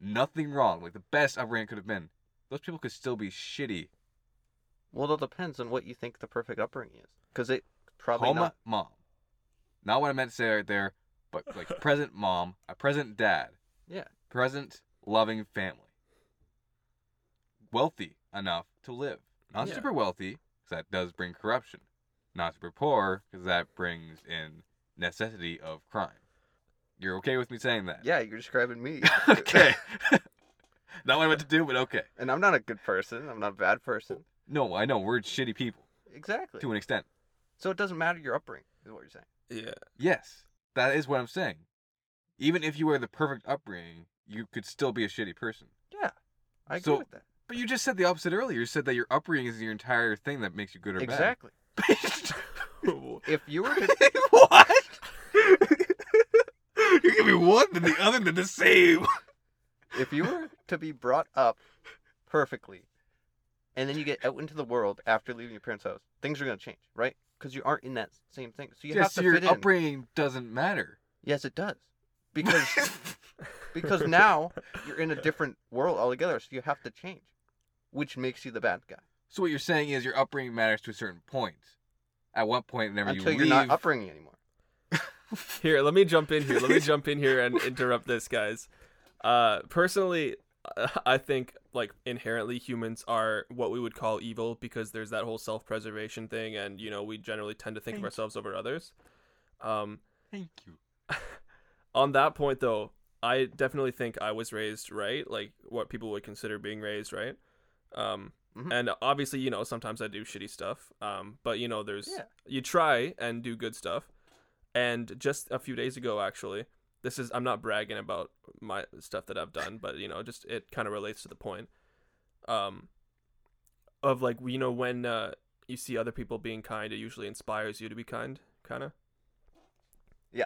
Nothing wrong. Like the best upbringing could have been. Those people could still be shitty. Well, it depends on what you think the perfect upbringing is. Because it probably Homa not. mom. Not what I meant to say right there, but *laughs* like present mom, a present dad, Yeah. present loving family. Wealthy enough to live. Not Yeah. super wealthy, because that does bring corruption. Not super poor, because that brings in necessity of crime. You're okay with me saying that? Yeah, you're describing me. *laughs* okay. *laughs* Not what I meant to do, but okay. *laughs* and I'm not a good person. I'm not a bad person. No, I know we're shitty people Exactly. to an extent. So it doesn't matter your upbringing, is what you're saying. Yeah. *laughs* Yes, that is what I'm saying. Even if you were the perfect upbringing, you could still be a shitty person. Yeah, I agree So- with that. But you just said the opposite earlier. You said that your upbringing is your entire thing that makes you good or Exactly. bad. If you were *laughs* to, what? you give me one, then the other, then the same. if you were to be brought up perfectly, and then you get out into the world after leaving your parents' house, things are gonna change, right? Because you aren't in that same thing. So you have Just to your fit in. upbringing doesn't *laughs* matter. Yes, it does. Because *laughs* because now you're in a different world altogether, so you have to change, which makes you the bad guy so what you're saying is your upbringing matters to a certain point. At what point, whenever until you you're not leave, upbringing anymore. Here, let me jump in here. Let me jump in here and interrupt this, guys. Uh, personally, *laughs* uh, I think like inherently humans are what we would call evil because there's that whole self-preservation thing, and you know we generally tend to think of Thank you. ourselves over others. Um, Thank you. on that point though, I definitely think I was raised right, like what people would consider being raised right. Um, Mhm. and obviously, you know, sometimes I do shitty stuff. Um, but you know, there's Yeah. you try and do good stuff. And just a few days ago, actually, this is I'm not bragging about my stuff that I've done, but you know, just it kind of relates to the point. Um, of like you know when uh, you see other people being kind, it usually inspires you to be kind, kind of. Yeah.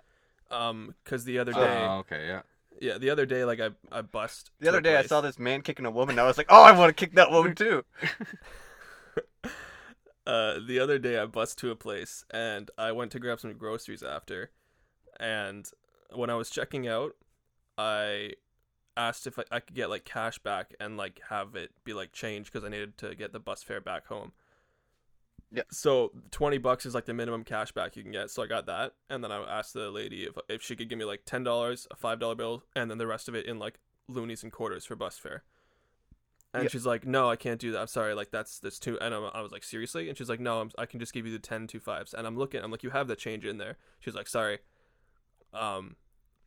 Um, because the other Oh, day, okay, yeah. yeah, the other day, like I I bust. The other day, I saw this. this man kicking a woman. And I was like, "Oh, I want to kick that woman too." uh, the other day I bussed to a place and I went to grab some groceries after. And when I was checking out, I asked if I, I could get like cash back and like have it be like change because I needed to get the bus fare back home. Yeah. So twenty bucks is like the minimum cash back you can get. So I got that, and then I asked the lady if if she could give me like ten dollars, a five dollar bill, and then the rest of it in like loonies and quarters for bus fare. And Yeah. she's like, "No, I can't do that. I'm sorry. Like that's that's too." And I'm, I was like, "Seriously?" And she's like, "No, I'm, I can just give you the ten two fives. And I'm looking. I'm like, "You have the change in there." She's like, "Sorry." Um,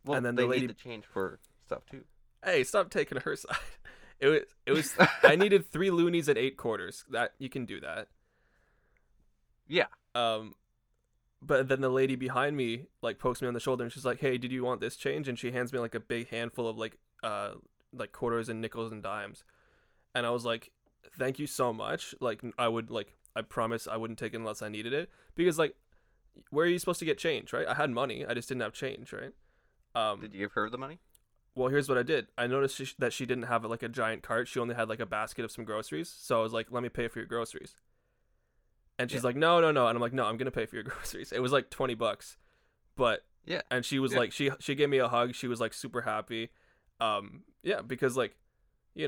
Well, And then they the lady- need to change for stuff too. hey, stop taking her *laughs* side. It was it was *laughs* I needed three loonies and eight quarters. That you can do that. Yeah. Um but then the lady behind me like pokes me on the shoulder and she's like, "Hey, did you want this change?" And she hands me like a big handful of like uh like quarters and nickels and dimes. And I was like, "Thank you so much. Like I would like I promise I wouldn't take it unless I needed it because like where are you supposed to get change, right? I had money. I just didn't have change, right? Um Did you give her the money? well here's what i did i noticed she, that she didn't have like a giant cart she only had like a basket of some groceries so i was like let me pay for your groceries and she's Yeah. like no no no and i'm like no i'm gonna pay for your *laughs* groceries it was like 20 bucks but Yeah. and she was Yeah. like she she gave me a hug she was like super happy um yeah because like you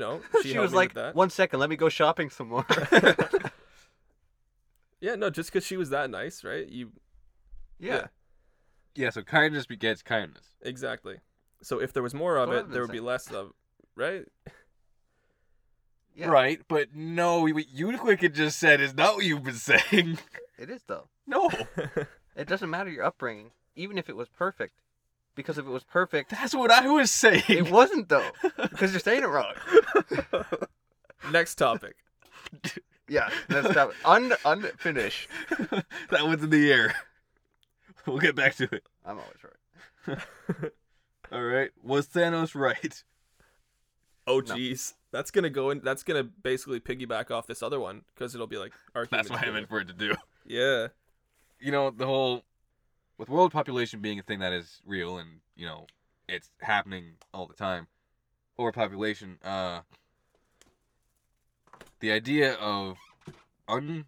*laughs* know *laughs* she, She, was helped me with like, that. "One second, let me go shopping some *laughs* more." *laughs* yeah no just because she was that nice right you yeah. Yeah, so kindness begets kindness. exactly so if there was more That's of what it I've there been would be less of right *laughs* Yeah. Right, but no, what you could just said is not what you've been saying. It is though. *laughs* No, It doesn't matter your upbringing, even if it was perfect, because if it was *laughs* perfect, that's what I was saying. *laughs* it wasn't though, because you're saying it wrong. next topic Yeah, that's not, un unfinished. that was in the air. we'll get back to it. I'm always right. All right. Was Thanos right? Oh No. jeez, that's gonna go in. That's gonna basically piggyback off this other one because it'll be like our. *laughs* That's what humans I do meant it. for it to do. Yeah, You know, the whole with world population being a thing that is real and, you know, it's happening all the time. Overpopulation, uh the idea of un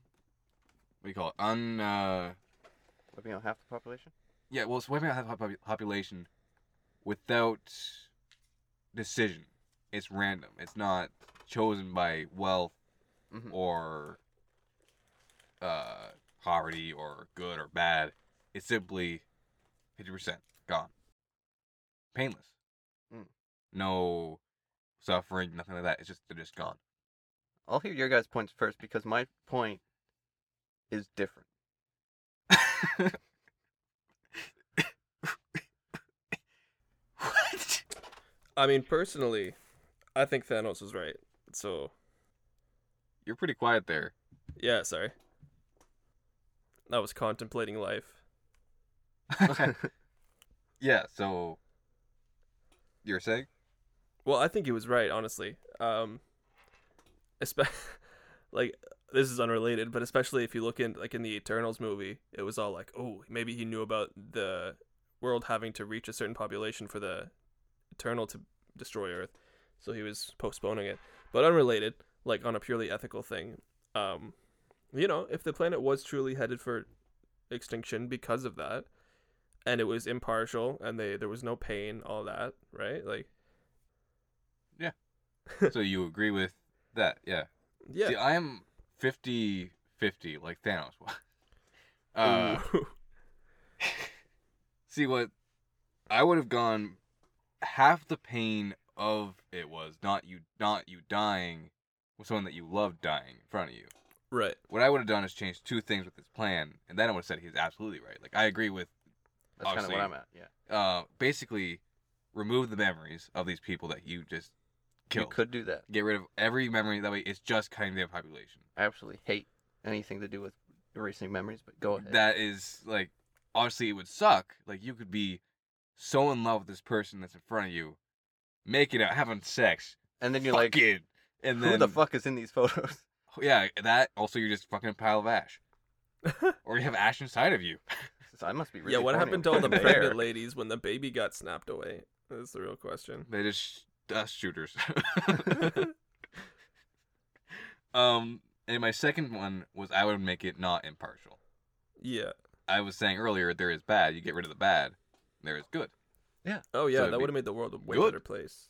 what do you call it? Un uh Living on half the population. Yeah, well, it's wiping out half the popu- population without decision. It's random. It's not chosen by wealth Mhm. or uh, poverty or good or bad. It's simply 50% gone. Painless. Mm. No suffering, nothing like that. It's just, they're just gone. I'll hear your guys' points first because my point is different. *laughs* what? I mean personally, I think Thanos was right. So You're pretty quiet there. yeah, sorry. I was contemplating life. *laughs* Yeah, so you're saying? Well, I think he was right, honestly. Um, espe- *laughs* like this is unrelated, but especially if you look in like in the Eternals movie, it was all like, oh, maybe he knew about the world having to reach a certain population for the Eternal to destroy Earth, so he was postponing it. But unrelated, like on a purely ethical thing, um, you know, if the planet was truly headed for extinction because of that, and it was impartial, and they there was no pain, all that, right? Like, so you agree with that, yeah. yeah. See, I am 50 50, like Thanos was. Uh, *laughs* *laughs* Ooh. see, what I would have gone half the pain of it was not you, not you dying, was someone that you loved dying in front of you. right. What I would have done is changed two things with his plan, and then I would have said he's absolutely right. Like, I agree with That's kind of Obviously. what I'm at. Yeah. uh, basically remove the memories of these people that you just You killed. could do that. Get rid of every memory. That way, it's just cutting their population. I absolutely hate anything to do with erasing memories, but go ahead. That is like, obviously, it would suck. Like, you could be so in love with this person that's in front of you, making out, having sex, and then you're like, fucking, and then who the fuck is in these *laughs* photos? yeah, that also you're just fucking a pile *laughs* of ash, or you have ash inside of you. So I must be really yeah, what horny happened to when all I *laughs* *laughs* the was pregnant there. ladies when the baby got snapped away? That's the real question. They just sh- dust *laughs* shooters. um, and my second one was I would make it not impartial. Yeah. I was saying earlier, there is bad. You get rid of the bad, there is good. Oh yeah, So it'd that be would have made the world a way good. better place.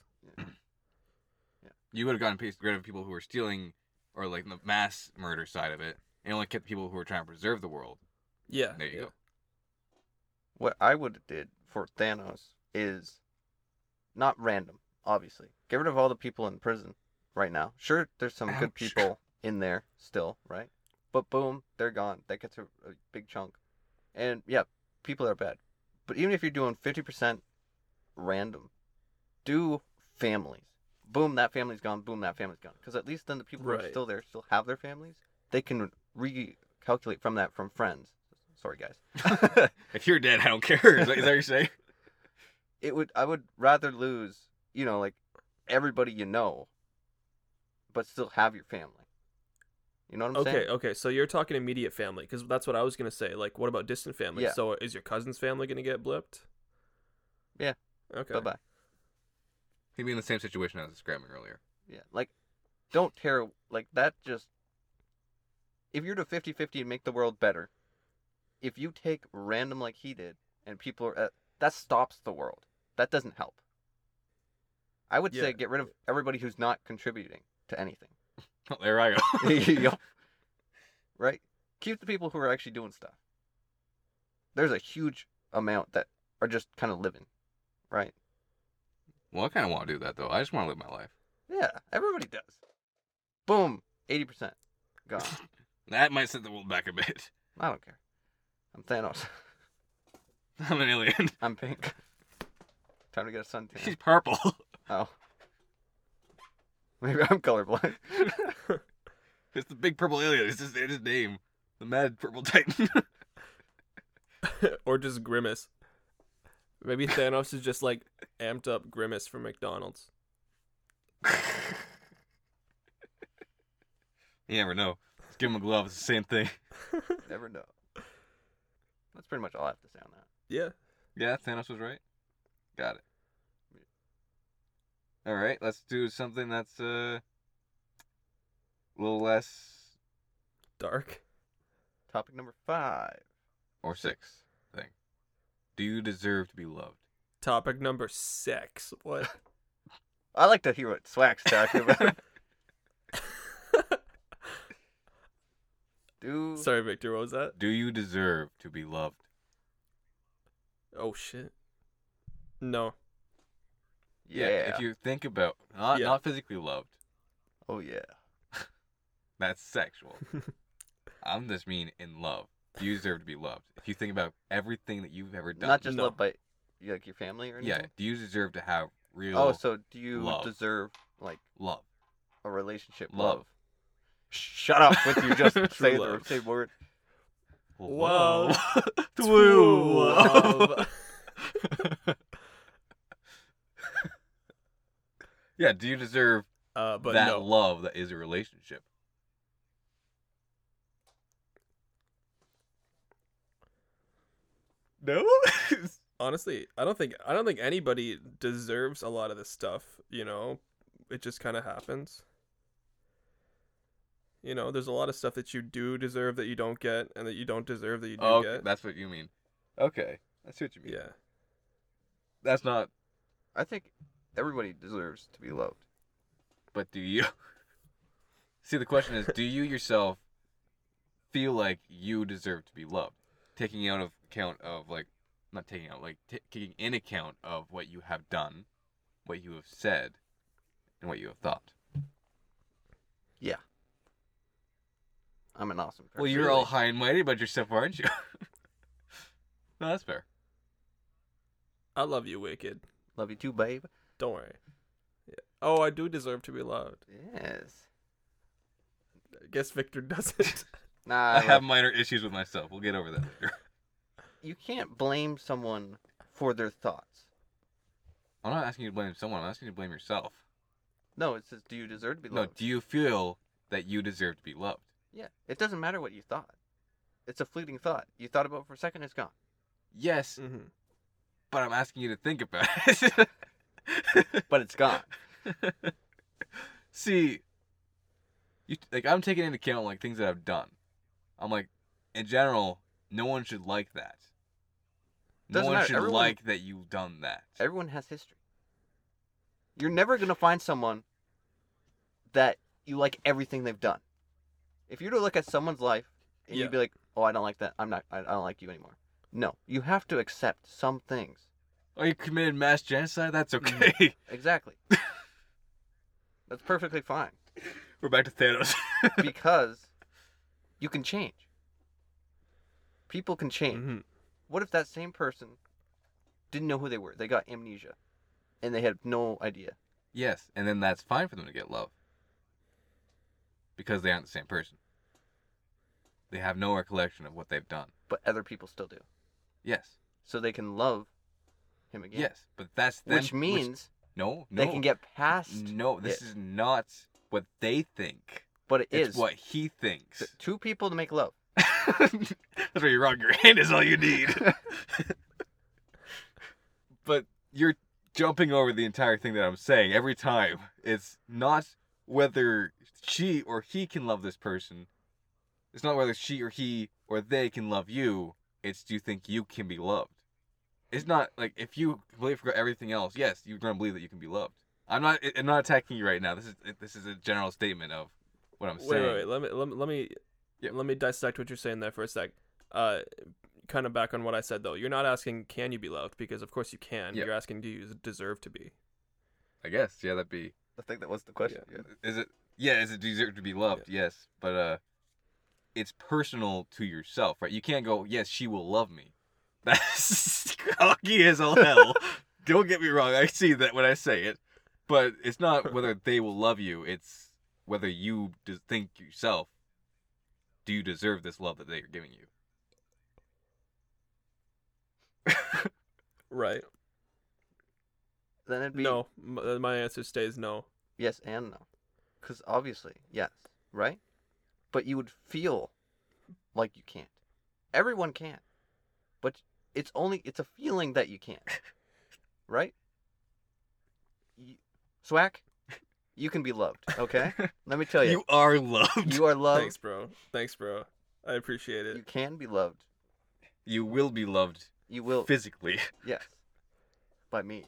you would have gotten pe- rid of people who were stealing or like the mass murder side of it and only kept people who were trying to preserve the world. Yeah. There you yeah. go. What I would have did for Thanos is not random, obviously. Get rid of all the people in prison right now. Sure, there's some good Ouch. people in there still, right? But boom, they're gone. That gets a, a big chunk. And yeah, people are bad. But even if you're doing 50% random, do families. Boom, that family's gone. Boom, that family's gone. Because at least then the people who are Right. still there still have their families. They can recalculate from that from friends. Sorry, guys. If you're dead, I don't care. Is that, is that what you're saying? it would I would rather lose, you know, like everybody you know, but still have your family. You know what I'm Okay, saying? okay. So you're talking immediate family because that's what I was gonna say. Like, what about distant family? Yeah. So is your cousin's family gonna get blipped? Yeah. Okay. Bye bye. He'd be in the same situation I was describing earlier. Yeah. Like don't tear like that just if you're to 50-50 and make the world better, if you take random like he did and people are at, that stops the world. That doesn't help. I would Yeah. say get rid of everybody who's not contributing to anything. Oh, there I go. *laughs* Yup. Right? Keep the people who are actually doing stuff. There's a huge amount that are just kind of living, right? well, I kind of want to do that though. I just want to live my life. Yeah, everybody does. Boom, 80% gone. That might set the world back a bit. *laughs* I don't care. I'm Thanos. *laughs* I'm an alien. I'm pink. Time to get a suntan. *laughs* He's purple. *laughs* Oh. Maybe I'm colorblind. *laughs* It's the big purple alien. It's his, it's his name. The mad purple titan. or just Grimace. Maybe Thanos is just like amped up Grimace from McDonald's. *laughs* *laughs* You never know. Let's give him a glove. It's the same thing. Never know. That's pretty much all I have to say on that. yeah. Yeah, Thanos was right. Got it. All right, let's do something that's uh, a little less Dark. Topic number five. or six thing. Do you deserve to be *laughs* loved? Topic number six. What? I like to hear what Swag's talking *laughs* about. Do Sorry, Victor. What was that? Do you deserve to be loved? Oh shit. No. yeah. If you think about not Yeah. not physically loved, Oh yeah. that's *laughs* sexual. I'm just mean in love. Do you deserve to be loved? If you think about everything that you've ever done, Not just No. loved by like your family or yeah. anything. Do you deserve to have real Oh, so do you love. deserve like love? a relationship Love. Shut up with you *laughs* just say the love. same word. Whoa. *laughs* True Love. *laughs* yeah. Do you deserve *laughs* uh, but that no. love that is a relationship? *laughs* No. Honestly, I don't think I don't think anybody deserves a lot of this stuff. You know, it just kind of happens. You know, there's a lot of stuff that you do deserve that you don't get, and that you don't deserve that you do Oh, okay, get. that's what you mean. Okay, I see what you mean. yeah. That's not. I think everybody deserves to be loved. But do you? *laughs* see, the question is, do you yourself feel like you deserve to be loved? Taking out of account of like, not taking out like ta taking in account of what you have done, what you have said, and what you have thought. Yeah. I'm an awesome person. Well, you're all high and mighty about yourself, aren't you? *laughs* no, that's fair. I love you, Wicked. Love you too, babe. Don't worry. Yeah. Oh, I do deserve to be loved. Yes. I guess Victor *laughs* *laughs* doesn't. Nah, I have like, minor issues with myself. We'll get over that later. *laughs* you can't blame someone for their thoughts. I'm not asking you to blame someone. I'm asking you to blame yourself. No, it says, do you deserve to be No, loved? do you feel that you deserve to be loved? Yeah, it doesn't matter what you thought. It's a fleeting thought. You thought about it for a second, it's gone. Yes, hmm but I'm asking you to think about it. But it's gone. *laughs* See, you like I'm taking into account like things that I've done. I'm like, in general, no one should like that. No Doesn't one matter, should everyone- like that you've done that. Everyone has history. You're never going to find someone that you like everything they've done. If you were to look at someone's life and Yeah. you'd be like, "Oh, I don't like that. I'm not I, I don't like you anymore." No, you have to accept some things. Oh, you committed mass genocide? That's Mm-hmm. okay. *laughs* *laughs* Exactly. That's perfectly *laughs* fine We're back to Thanos. *laughs* because you can change. People can change. hmm What if that same person didn't know who they were? They got amnesia and they had no idea. yes, and then that's fine for them to get love. Because they aren't the same person. They have no recollection of what they've done. but other people still do. Yes. So they can love him again. Yes. But that's them, which means no, no. they can get past. No, this it. is not what they think. But it is it's what he thinks. th- two people to make love. *laughs* That's where you wrong. Your hand is all you need. *laughs* but you're jumping over the entire thing that I'm saying every time. It's not whether she or he can love this person. It's not whether she or he or they can love you. It's do you think you can be loved? It's not like if you completely forgot everything else. Yes, you're gonna believe that you can be loved. I'm not. I'm not attacking you right now. This is this is a general statement of what I'm Wait, saying. wait, wait. Let me let me let me, Yeah. let me dissect what you're saying there for a sec. Uh, kind of back on what I said though. You're not asking can you be loved because of course you can. Yeah. You're asking do you deserve to be? I guess. Yeah, that'd be. I think that was the question, Is it? Yeah, is it deserved to be loved? Yes, but uh, it's personal to yourself, right? You can't go. Yes, she will love me. *laughs* That's cocky as all *laughs* hell. Don't get me wrong. I see that when I say it, but it's *laughs* not whether they will love you. It's whether you des- think yourself. Do you deserve this love that they are giving you? Right. Then it'd be No. M- uh, my answer stays no. yes and no. Because obviously, yes, right? But you would feel like you can't. Everyone can. But it's only, it's a feeling that you can't. Right? You, Swack, you can be loved, okay? Let me tell you. You are loved. Oh, You are loved. Thanks, bro. Thanks, bro. I appreciate Um, You it. can be loved. You will be loved You will. physically. *laughs* Yes. By me.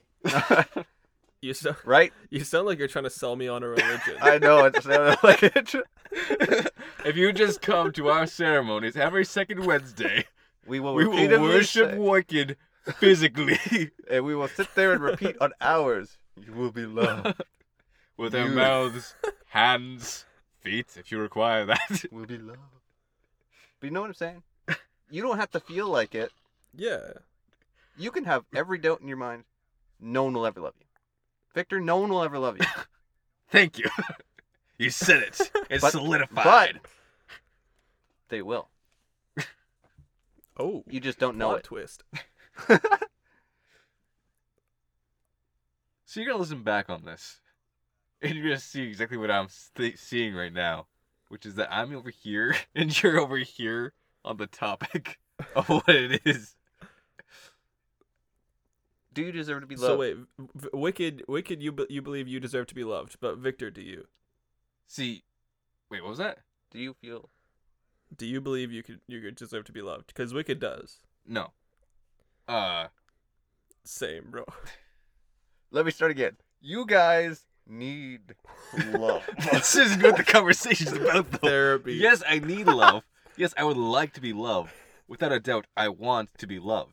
You sound right? *laughs* you sound like you're trying to sell me on a religion. I know. It sounded like it. if you just come to our ceremonies every second Wednesday, We will, we will repeatedly worship say- Woikin physically *laughs* and we will sit there and repeat on hours. You will be loved. with our You- mouths, hands, feet, if you require that. *laughs* will be loved. But you know what I'm saying? You don't have to feel like it. Yeah. You can have every doubt in your mind. No one will ever love you. Victor, no one will ever love you. Thank you. You said it. It's But- solidified. They will. Oh. You just don't know plot it. twist. So you're gonna listen back on this, and you're gonna see exactly what I'm st- seeing right now, which is that I'm over here *laughs* and you're over here on the topic *laughs* of what it is. Do you deserve to be loved? So wait, v- v- wicked, wicked. You be- you believe you deserve to be loved, but Victor, do you? See, wait, what was that? Do you feel? Do you believe you could you could deserve to be loved? Because wicked does. No. Uh, *laughs* Same, bro. Let me start again. You guys need love. this is what the conversation's about, though. *laughs* Therapy. Yes, I *laughs* need love. yes, I would like to be loved. Without a doubt, I want to be loved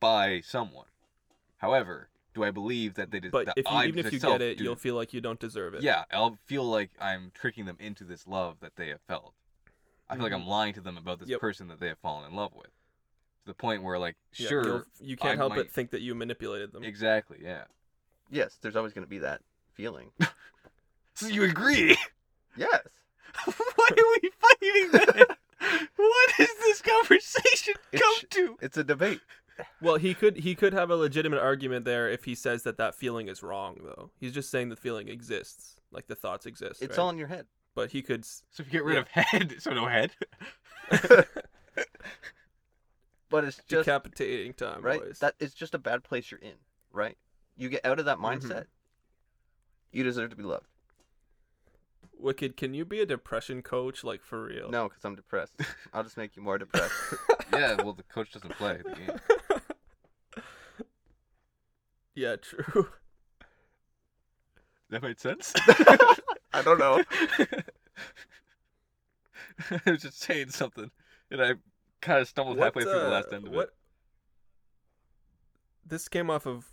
by someone. However, do I believe that they? But that if you, I even if you myself get it, do- you'll feel like you don't deserve it. Yeah, I'll feel like I'm tricking them into this love that they have felt. I feel like I'm lying to them about this Mm-hmm. Yep. person that they have fallen in love with. To the point where, like, Yeah, sure, you'll- You can't I help might- but think that you manipulated them. exactly, yeah. yes, there's always going to be that feeling. So you agree? *laughs* Yes. Why are we fighting *laughs* that? what does this conversation It come sh- to? It's a debate. Well, he could he could have a legitimate argument there if he says that that feeling is wrong, though. He's just saying the feeling exists, like the thoughts exist. It's right? all in your head. But he could. s- So if you get rid of head, so no head. But it's just decapitating time, right? boys. That it's just a bad place you're in, right? You get out of that mindset. Mhm. You deserve to be loved. Wicked, can you be a depression coach, like for real? No, because I'm depressed. I'll just make you more depressed. yeah, well, the coach doesn't play the game. Yeah, *laughs* true. That made *laughs* sense. Oh. I don't know. *laughs* I was just saying something, and I kind of stumbled halfway through the uh, last end of it. what- This came off of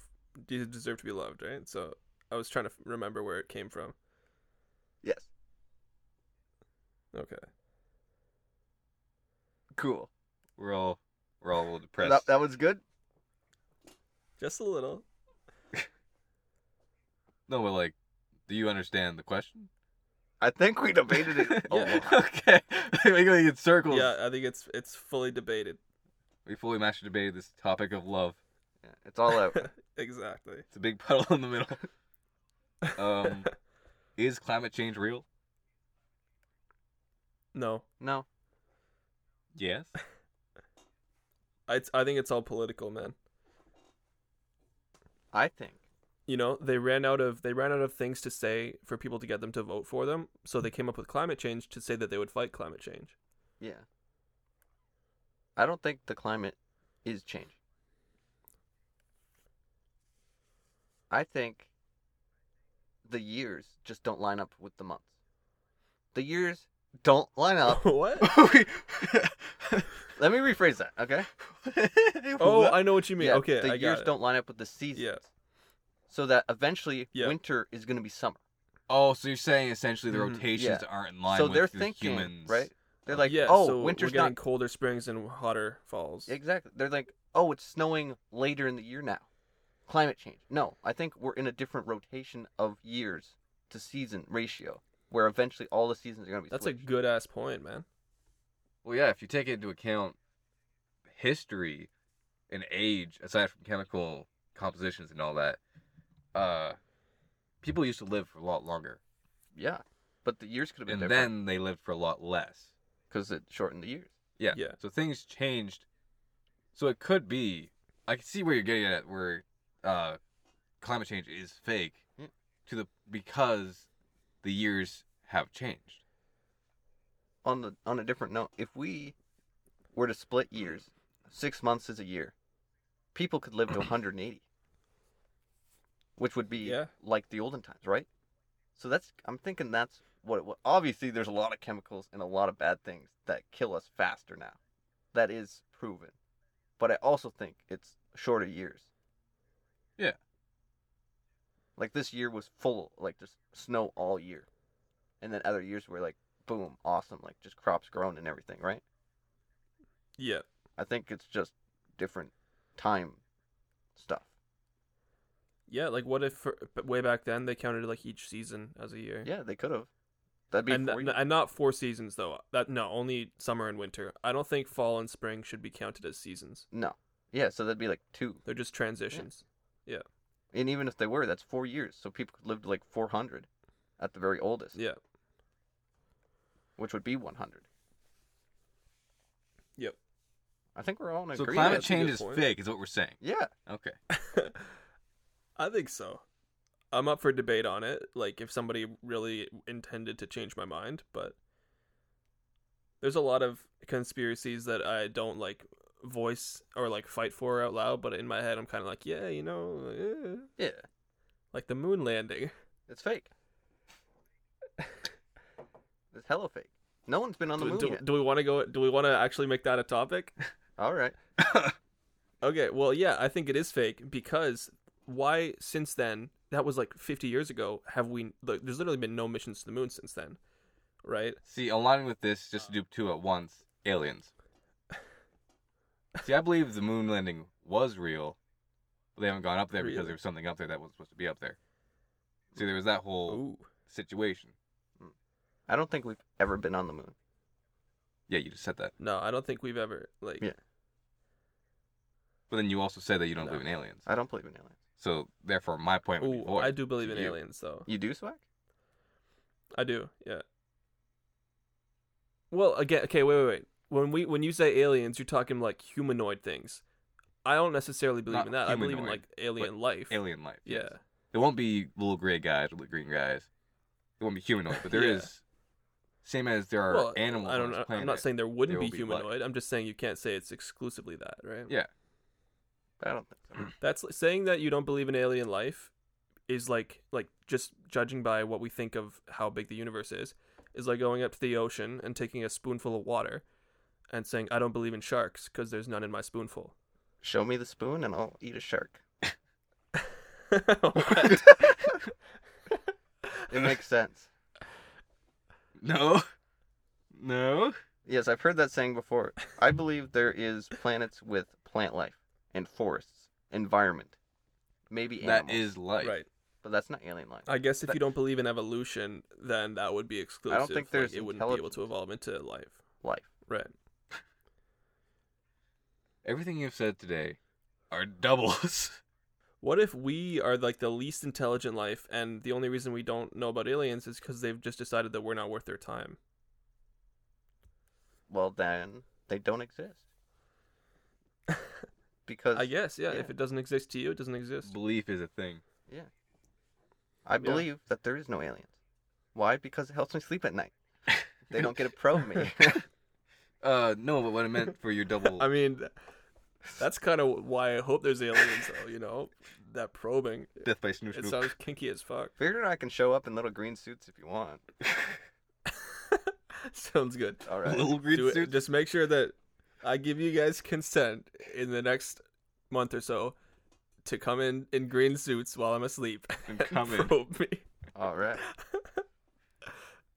"Do You Deserve to Be Loved," right? So I was trying to f- remember where it came from. *laughs* Yes. Okay. Cool. We're all we're all a little depressed. That, that was good. Just a little. No, but like, do you understand the question? I think we debated *laughs* it a Yeah. lot. okay. *laughs* We're going in circles. Yeah, I think it's it's fully debated. We fully master debated this topic of love. Yeah, it's all out. Exactly. It's a big *laughs* puddle in the middle. Um, is climate change real? No, No. Yes. I I think it's all political, man. I think. You know, they ran out of they ran out of things to say for people to get them to vote for them, so they came up with climate change to say that they would fight *laughs* climate change. Yeah. I don't think the climate is changing. I think the years just don't line up with the months. The years don't line up. *laughs* what? *laughs* Let me rephrase that, okay? Oh, I know what you mean. Yeah, okay, the I years got it. don't line up with the seasons. Yeah. So that eventually Yeah. winter is going to be summer. Oh, so you're saying essentially the Mhm. rotations Yeah. aren't in line so with they're the thinking, humans, right? They're Uh, like, yeah, oh, so winter's we're getting not colder springs and hotter falls. Exactly. They're like, oh, it's snowing later in the year now. Climate change. No, I think we're in a different rotation of years to season ratio, where eventually all the seasons are going to be. That's a switched. good ass point, man. Well, yeah. If you take into account history, and age, aside from chemical compositions and all that, uh, people used to live for a lot longer, Yeah, but the years could have been and different then they lived for a lot less. because it shortened the years. Yeah. Yeah. So things changed. So it could be. I can see where you're getting at, where uh, climate change is fake, Mm. to the because the years have changed. On the on a different note, if we were to split years, six months is a year. People could live to 180, which would be Yeah. like the olden times, right? So that's I'm thinking that's what it was. Obviously, there's a lot of chemicals and a lot of bad things that kill us faster now. That is proven, but I also think it's shorter years. Yeah. Like this year was full, like just snow all year, and then other years were like boom, awesome, like just crops grown and everything, right? Yeah. I think it's just different time stuff. Yeah, like what if for, but way back then they counted like each season as a year? Yeah, they could have. That'd be and, four years. and not four seasons though. That no, only summer and winter. I don't think fall and spring should be counted as seasons. no. Yeah, so that'd be like two. They're just transitions. And even if they were, that's four years. So people could live to like 400 at the very oldest, Yeah. which would be 100. Yep. I think we're all in so agreement. climate that's a change good is point. fake, is what we're saying. Yeah. Okay. I think so. I'm up for debate on it. Like if somebody really intended to change my mind, but there's a lot of conspiracies that I don't like voice or like fight for out loud, but in my head I'm kind of like, yeah, you know, eh. Yeah. like the moon landing. It's fake. it's hella fake. No one's been on the do, moon do- yet. do we want to go? Do we want to actually make that a topic? All right. Okay, well, yeah, I think it is fake because why since then? That was like 50 years ago. Have we? Like, there's literally been no missions to the moon since then, right? See, aligning with this, just to do two at once, aliens. See, I believe the moon landing was real, but they haven't gone up there because Really? there was something up there that wasn't supposed to be up there. See, there was that whole Ooh, situation. I don't think we've ever been on the moon. Yeah, you just said that. no, I don't think we've ever like. Yeah. But then you also said that you don't No. believe in aliens. I don't believe in aliens. So therefore, my point would be Ooh, void. I do believe to in you. aliens, though. You do, Swag? I do, yeah. Well, again, okay, wait, wait, wait. When we when you say aliens, you're talking like humanoid things. I don't necessarily believe Not in that. I believe in humanoid, like alien life. Alien life. yeah. yes. It won't be little gray guys or little green guys. It won't be humanoid, but there is *laughs* Yeah. Same as there are well, animals I on don't. this know. planet. I'm not saying there wouldn't There be will be life. humanoid. I'm just saying you can't say it's exclusively that, right? Yeah. I don't think so. That's li- saying that you don't believe in alien life is like like just judging by what we think of how big the universe is is like going up to the ocean and taking a spoonful of water and saying I don't believe in sharks because there's none in my spoonful. *laughs* Show me the spoon and I'll eat a shark. *laughs* What? It makes sense. No. *laughs* No. Yes, I've heard that saying before. I believe there is planets with plant life and forests, environment, maybe That animals. is life. right. but that's not alien life. I guess if That- you don't believe in evolution, then that would be exclusive. think Like, there's it wouldn't be able to intelligence. evolve into life. Life. Right. Everything you've said today are doubles. *laughs* What if we are like the least intelligent life, and the only reason we don't know about aliens is because they've just decided that we're not worth their time? Well, then they don't exist. because I guess, yeah. yeah. If it doesn't exist to you, it doesn't exist. Belief is a thing. I believe that there is no aliens. Why? Because it helps me sleep at night. They don't get to probe me. *laughs* *laughs* Uh, no, but what I meant for your *laughs* double. I mean, that's kind of why I hope there's aliens, though. You know, that probing. Death by Snoop It *laughs* Snoop. sounds kinky as fuck. *laughs* Figured I can show up in little green suits if you want. sounds good. All right. Little green Do it- suits. just make sure that I give you guys consent in the next month or so to come in in green suits while I'm asleep *laughs* And come in. probe me. All right. *laughs*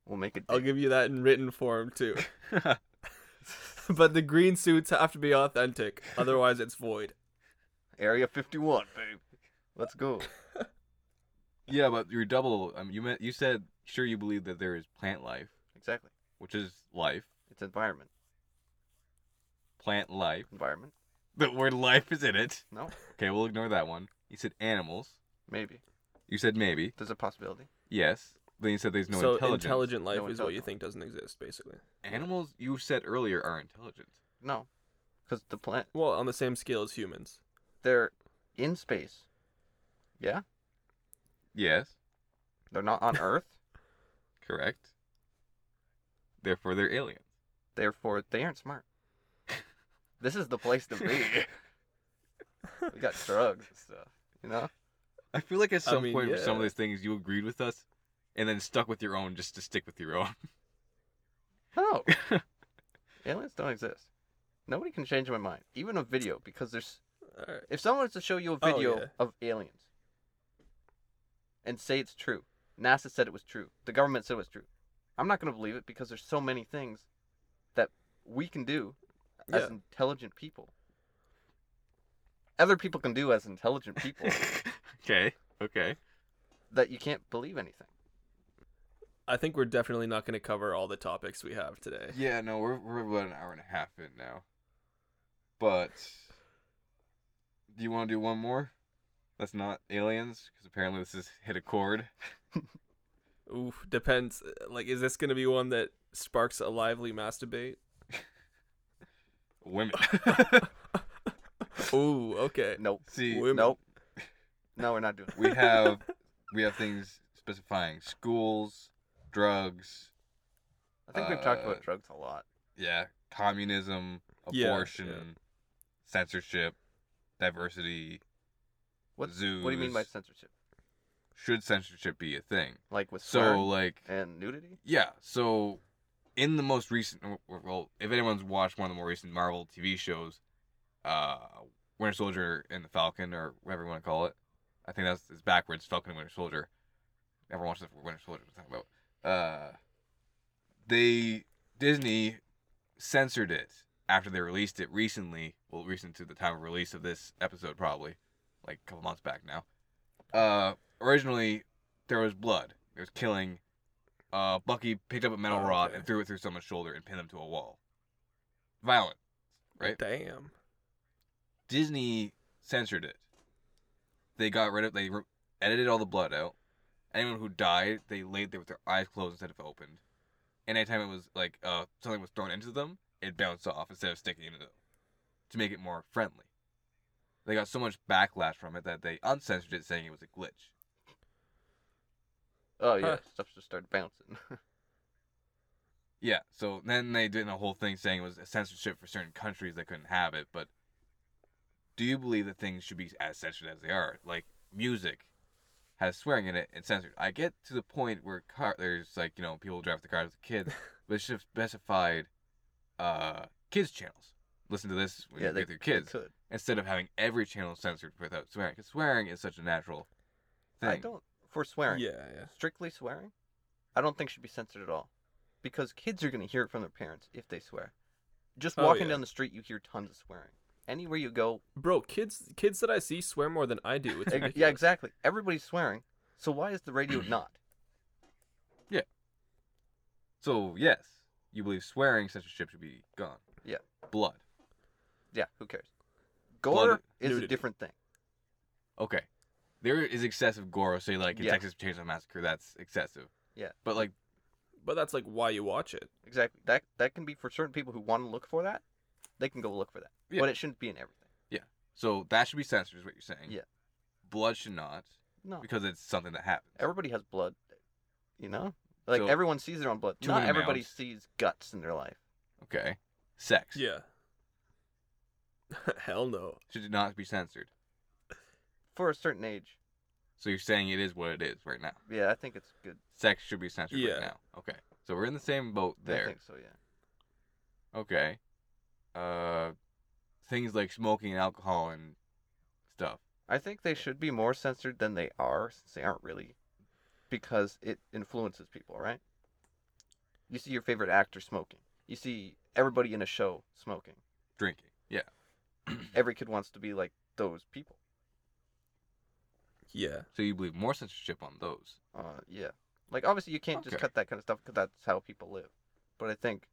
We'll make it. I'll give you that in written form too. *laughs* but the green suits have to be authentic, otherwise it's void. Area 51, babe. Let's go. *laughs* yeah, but your double. Um, you meant you said sure you believe that there is plant life, Exactly. which is life. It's environment. Plant life. *laughs* Environment. The word life is in it. No, Okay, we'll ignore that one. You said animals. maybe You said maybe. there's a possibility. Yes. Then you said there's no so intelligence. intelligent life No is what you intelligence. think doesn't exist, basically. Animals you said earlier are intelligent. No, because the plant Well, on the same scale as humans. they're in space. Yeah, Yes. they're not on Earth. Correct. Therefore, they're *laughs* aliens. Therefore, they aren't smart. This is the place to be. we got drugs and stuff. You know, I feel like at I some mean, point for some of yeah. these things you agreed with us, and then stuck with your own just to stick with your *laughs* own. no, aliens don't exist. Nobody can change my mind, even a video, because there's All right. If someone was to show you a Oh, video yeah. of aliens and say it's true, NASA said it was true, the government said it was true, I'm not going to believe it because there's so many things that we can do as Yeah. intelligent people. Other people can do as intelligent *laughs* people okay. Okay. that you can't believe anything. I think we're definitely not going to cover all the topics we have today. Yeah. No, we're we're about an hour and a half in now. But do you want to do one more? That's not aliens, because apparently this has hit a chord. Oof, depends. uh, Like, is this going to be one that sparks a lively masturbate? *laughs* Women. Ooh, okay. Nope. See, Women. Nope. No, we're not doing it. we have we have things specifying schools, drugs, I think we've talked Uh, about drugs a lot. yeah, communism, Yeah, yeah. abortion, censorship, diversity. What, what do you mean by zoos. censorship? Should censorship be a thing? Like with So swearing like and nudity? yeah, so in the most recent well, if anyone's watched one of the more recent Marvel TV shows, uh Winter Soldier and the Falcon or whatever you want to call it. I think that's it's backwards, Falcon and Winter Soldier. Never watched the Winter Soldier was talking about. Uh they Disney censored it after they released it recently. Well, recent to the time of release of this episode, probably like a couple months back now. Uh, originally, there was blood. There was killing. Uh, Bucky picked up a metal Oh, rod okay. and threw it through someone's shoulder and pinned them to a wall. Violent. Right. Damn. Disney censored it. They got rid of. They re- edited all the blood out. Anyone who died, they laid there with their eyes closed instead of opened. And anytime it was like uh, something was thrown into them, it bounced off instead of sticking into them, to make it more friendly. They got so much backlash from it that they uncensored it, saying it was a glitch. Oh, yeah. Huh. Stuff just started bouncing. Yeah. So then they did a whole thing saying it was a censorship for certain countries that couldn't have it. But do you believe that things should be as censored as they are? Like music has swearing in it and censored. I get to the point where car there's like you know people drive the cars *laughs* with kids, but it should have specified uh, kids channels. Listen to this *laughs* when yeah, you they, get your kids they could. instead of having every channel censored without swearing. 'Cause swearing is such a natural thing. I don't for swearing. Yeah, yeah. Strictly swearing, I don't think should be censored at all, because kids are gonna hear it from their parents if they swear. Just Oh, walking yeah. down the street, you hear tons of swearing. Anywhere you *laughs* go, Bro, kids kids that I see swear more than I *laughs* do. It's e- ridiculous. yeah, exactly. Everybody's swearing, so why is the *clears throat* radio not? So yes, you believe swearing censorship should be gone. Yeah. Blood. Yeah, who cares? Gore is nudity. a different thing. Okay. There is excessive gore, say like in Yes. Texas Chainsaw Massacre, that's excessive. Yeah. But like But that's like why you watch it. Exactly. That that can be for certain people who want to look for that. They can go look for that, Yeah. but it shouldn't be in everything. so that should be censored is what you're saying. Yeah. Blood should not No, because it's something that happens. everybody has blood. You know, like So- everyone sees their own blood. Too Not many everybody mouths. sees guts in their life. Okay. Sex. Yeah. *laughs* Hell no. Should not be censored. For a certain age, So you're saying it is what it is right now. Yeah, I think it's good. Sex should be censored Yeah. right now. Okay. So we're in the same boat I there. think so, yeah. Okay. Uh things like smoking and alcohol and stuff. I think they should be more censored than they are, since they aren't really, because it influences people, right? You see your favorite actor smoking. You see everybody in a show smoking. *clears throat* Drinking. Yeah. Every kid wants to be like those people. Yeah. So you believe more censorship on those. Uh, yeah. Like obviously you can't just Okay. cut that kind of stuff because that's how people live. But I think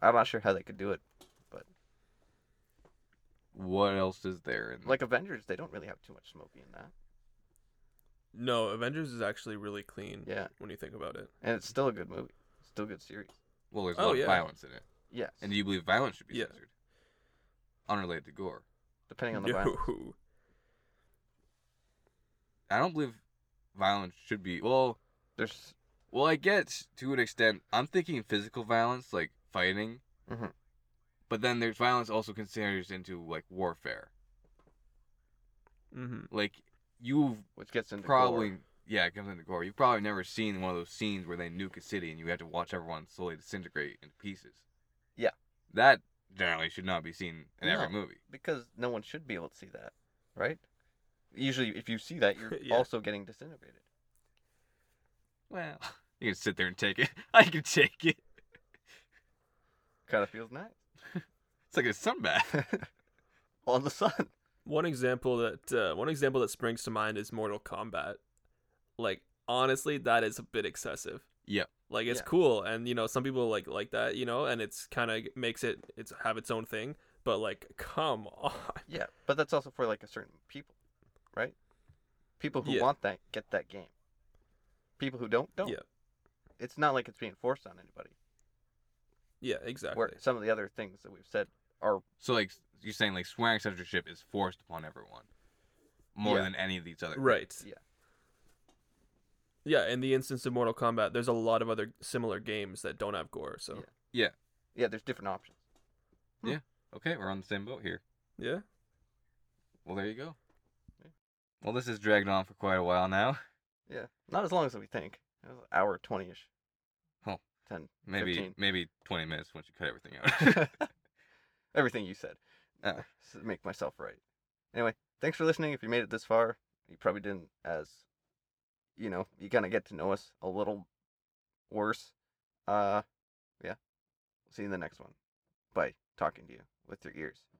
I'm not sure how they could do it. what else is there? In Like Avengers, they don't really have too much smoky in that. No, Avengers is actually really clean Yeah, when you think about it. and it's still a good movie. Still a good series. well, there's a Oh, lot yeah. of violence in it, Yes. and do you believe violence should be Yeah. censored? Unrelated to gore, depending on *laughs* the violence. No. I don't believe violence should be. Well, There's well, I guess to an extent, I'm thinking physical violence, like fighting, Mhm. but then there's violence also considers into like warfare, *laughs* Mm-hmm. like you've which gets into probably gore. yeah, it comes into gore. You've probably never seen one of those scenes where they nuke a city and you have to watch everyone slowly disintegrate into pieces. Yeah. That generally should not be seen in every No. movie. because no one should be able to see that, right? Usually, if you see that, you're *laughs* Yeah. also getting disintegrated. Well, *laughs* you can sit there and take it. *laughs* I can take it. Kind of feels nice It's like a sunbath. on the sun. *laughs* One example that uh, one example that springs to mind is Mortal Kombat. Like honestly, that is a bit excessive. *laughs* Yep. Like it's Yeah. cool, and you know some people like like that, you know, and it's kind of makes it it's have its own thing. But like, come *laughs* on, Yeah, but that's also for like a certain people, right? People who Yeah. want that get that game. People who don't don't. Yeah. It's not like it's being forced on anybody. yeah, exactly. Where some of the other things that we've said are so like you're saying like swearing censorship is forced upon everyone. More Yeah. than any of these other Right. Yeah. Yeah, in the instance of Mortal Kombat, there's a lot of other similar games that don't have gore. So yeah, there's different options. Okay, we're on the same boat here. yeah, Well there you go. Yeah. Well this has dragged on for quite a while now. Yeah, not as long as we think. It was an hour twenty ish. Huh. 10, Maybe 15. maybe twenty minutes once you cut everything out. *laughs* Everything you said. uh, Oh. S- Make myself right. Anyway, thanks for listening. If you made it this far, you probably didn't as you know, you kind of get to know us a little worse. Uh yeah. See you in the next one. By talking to you with your ears.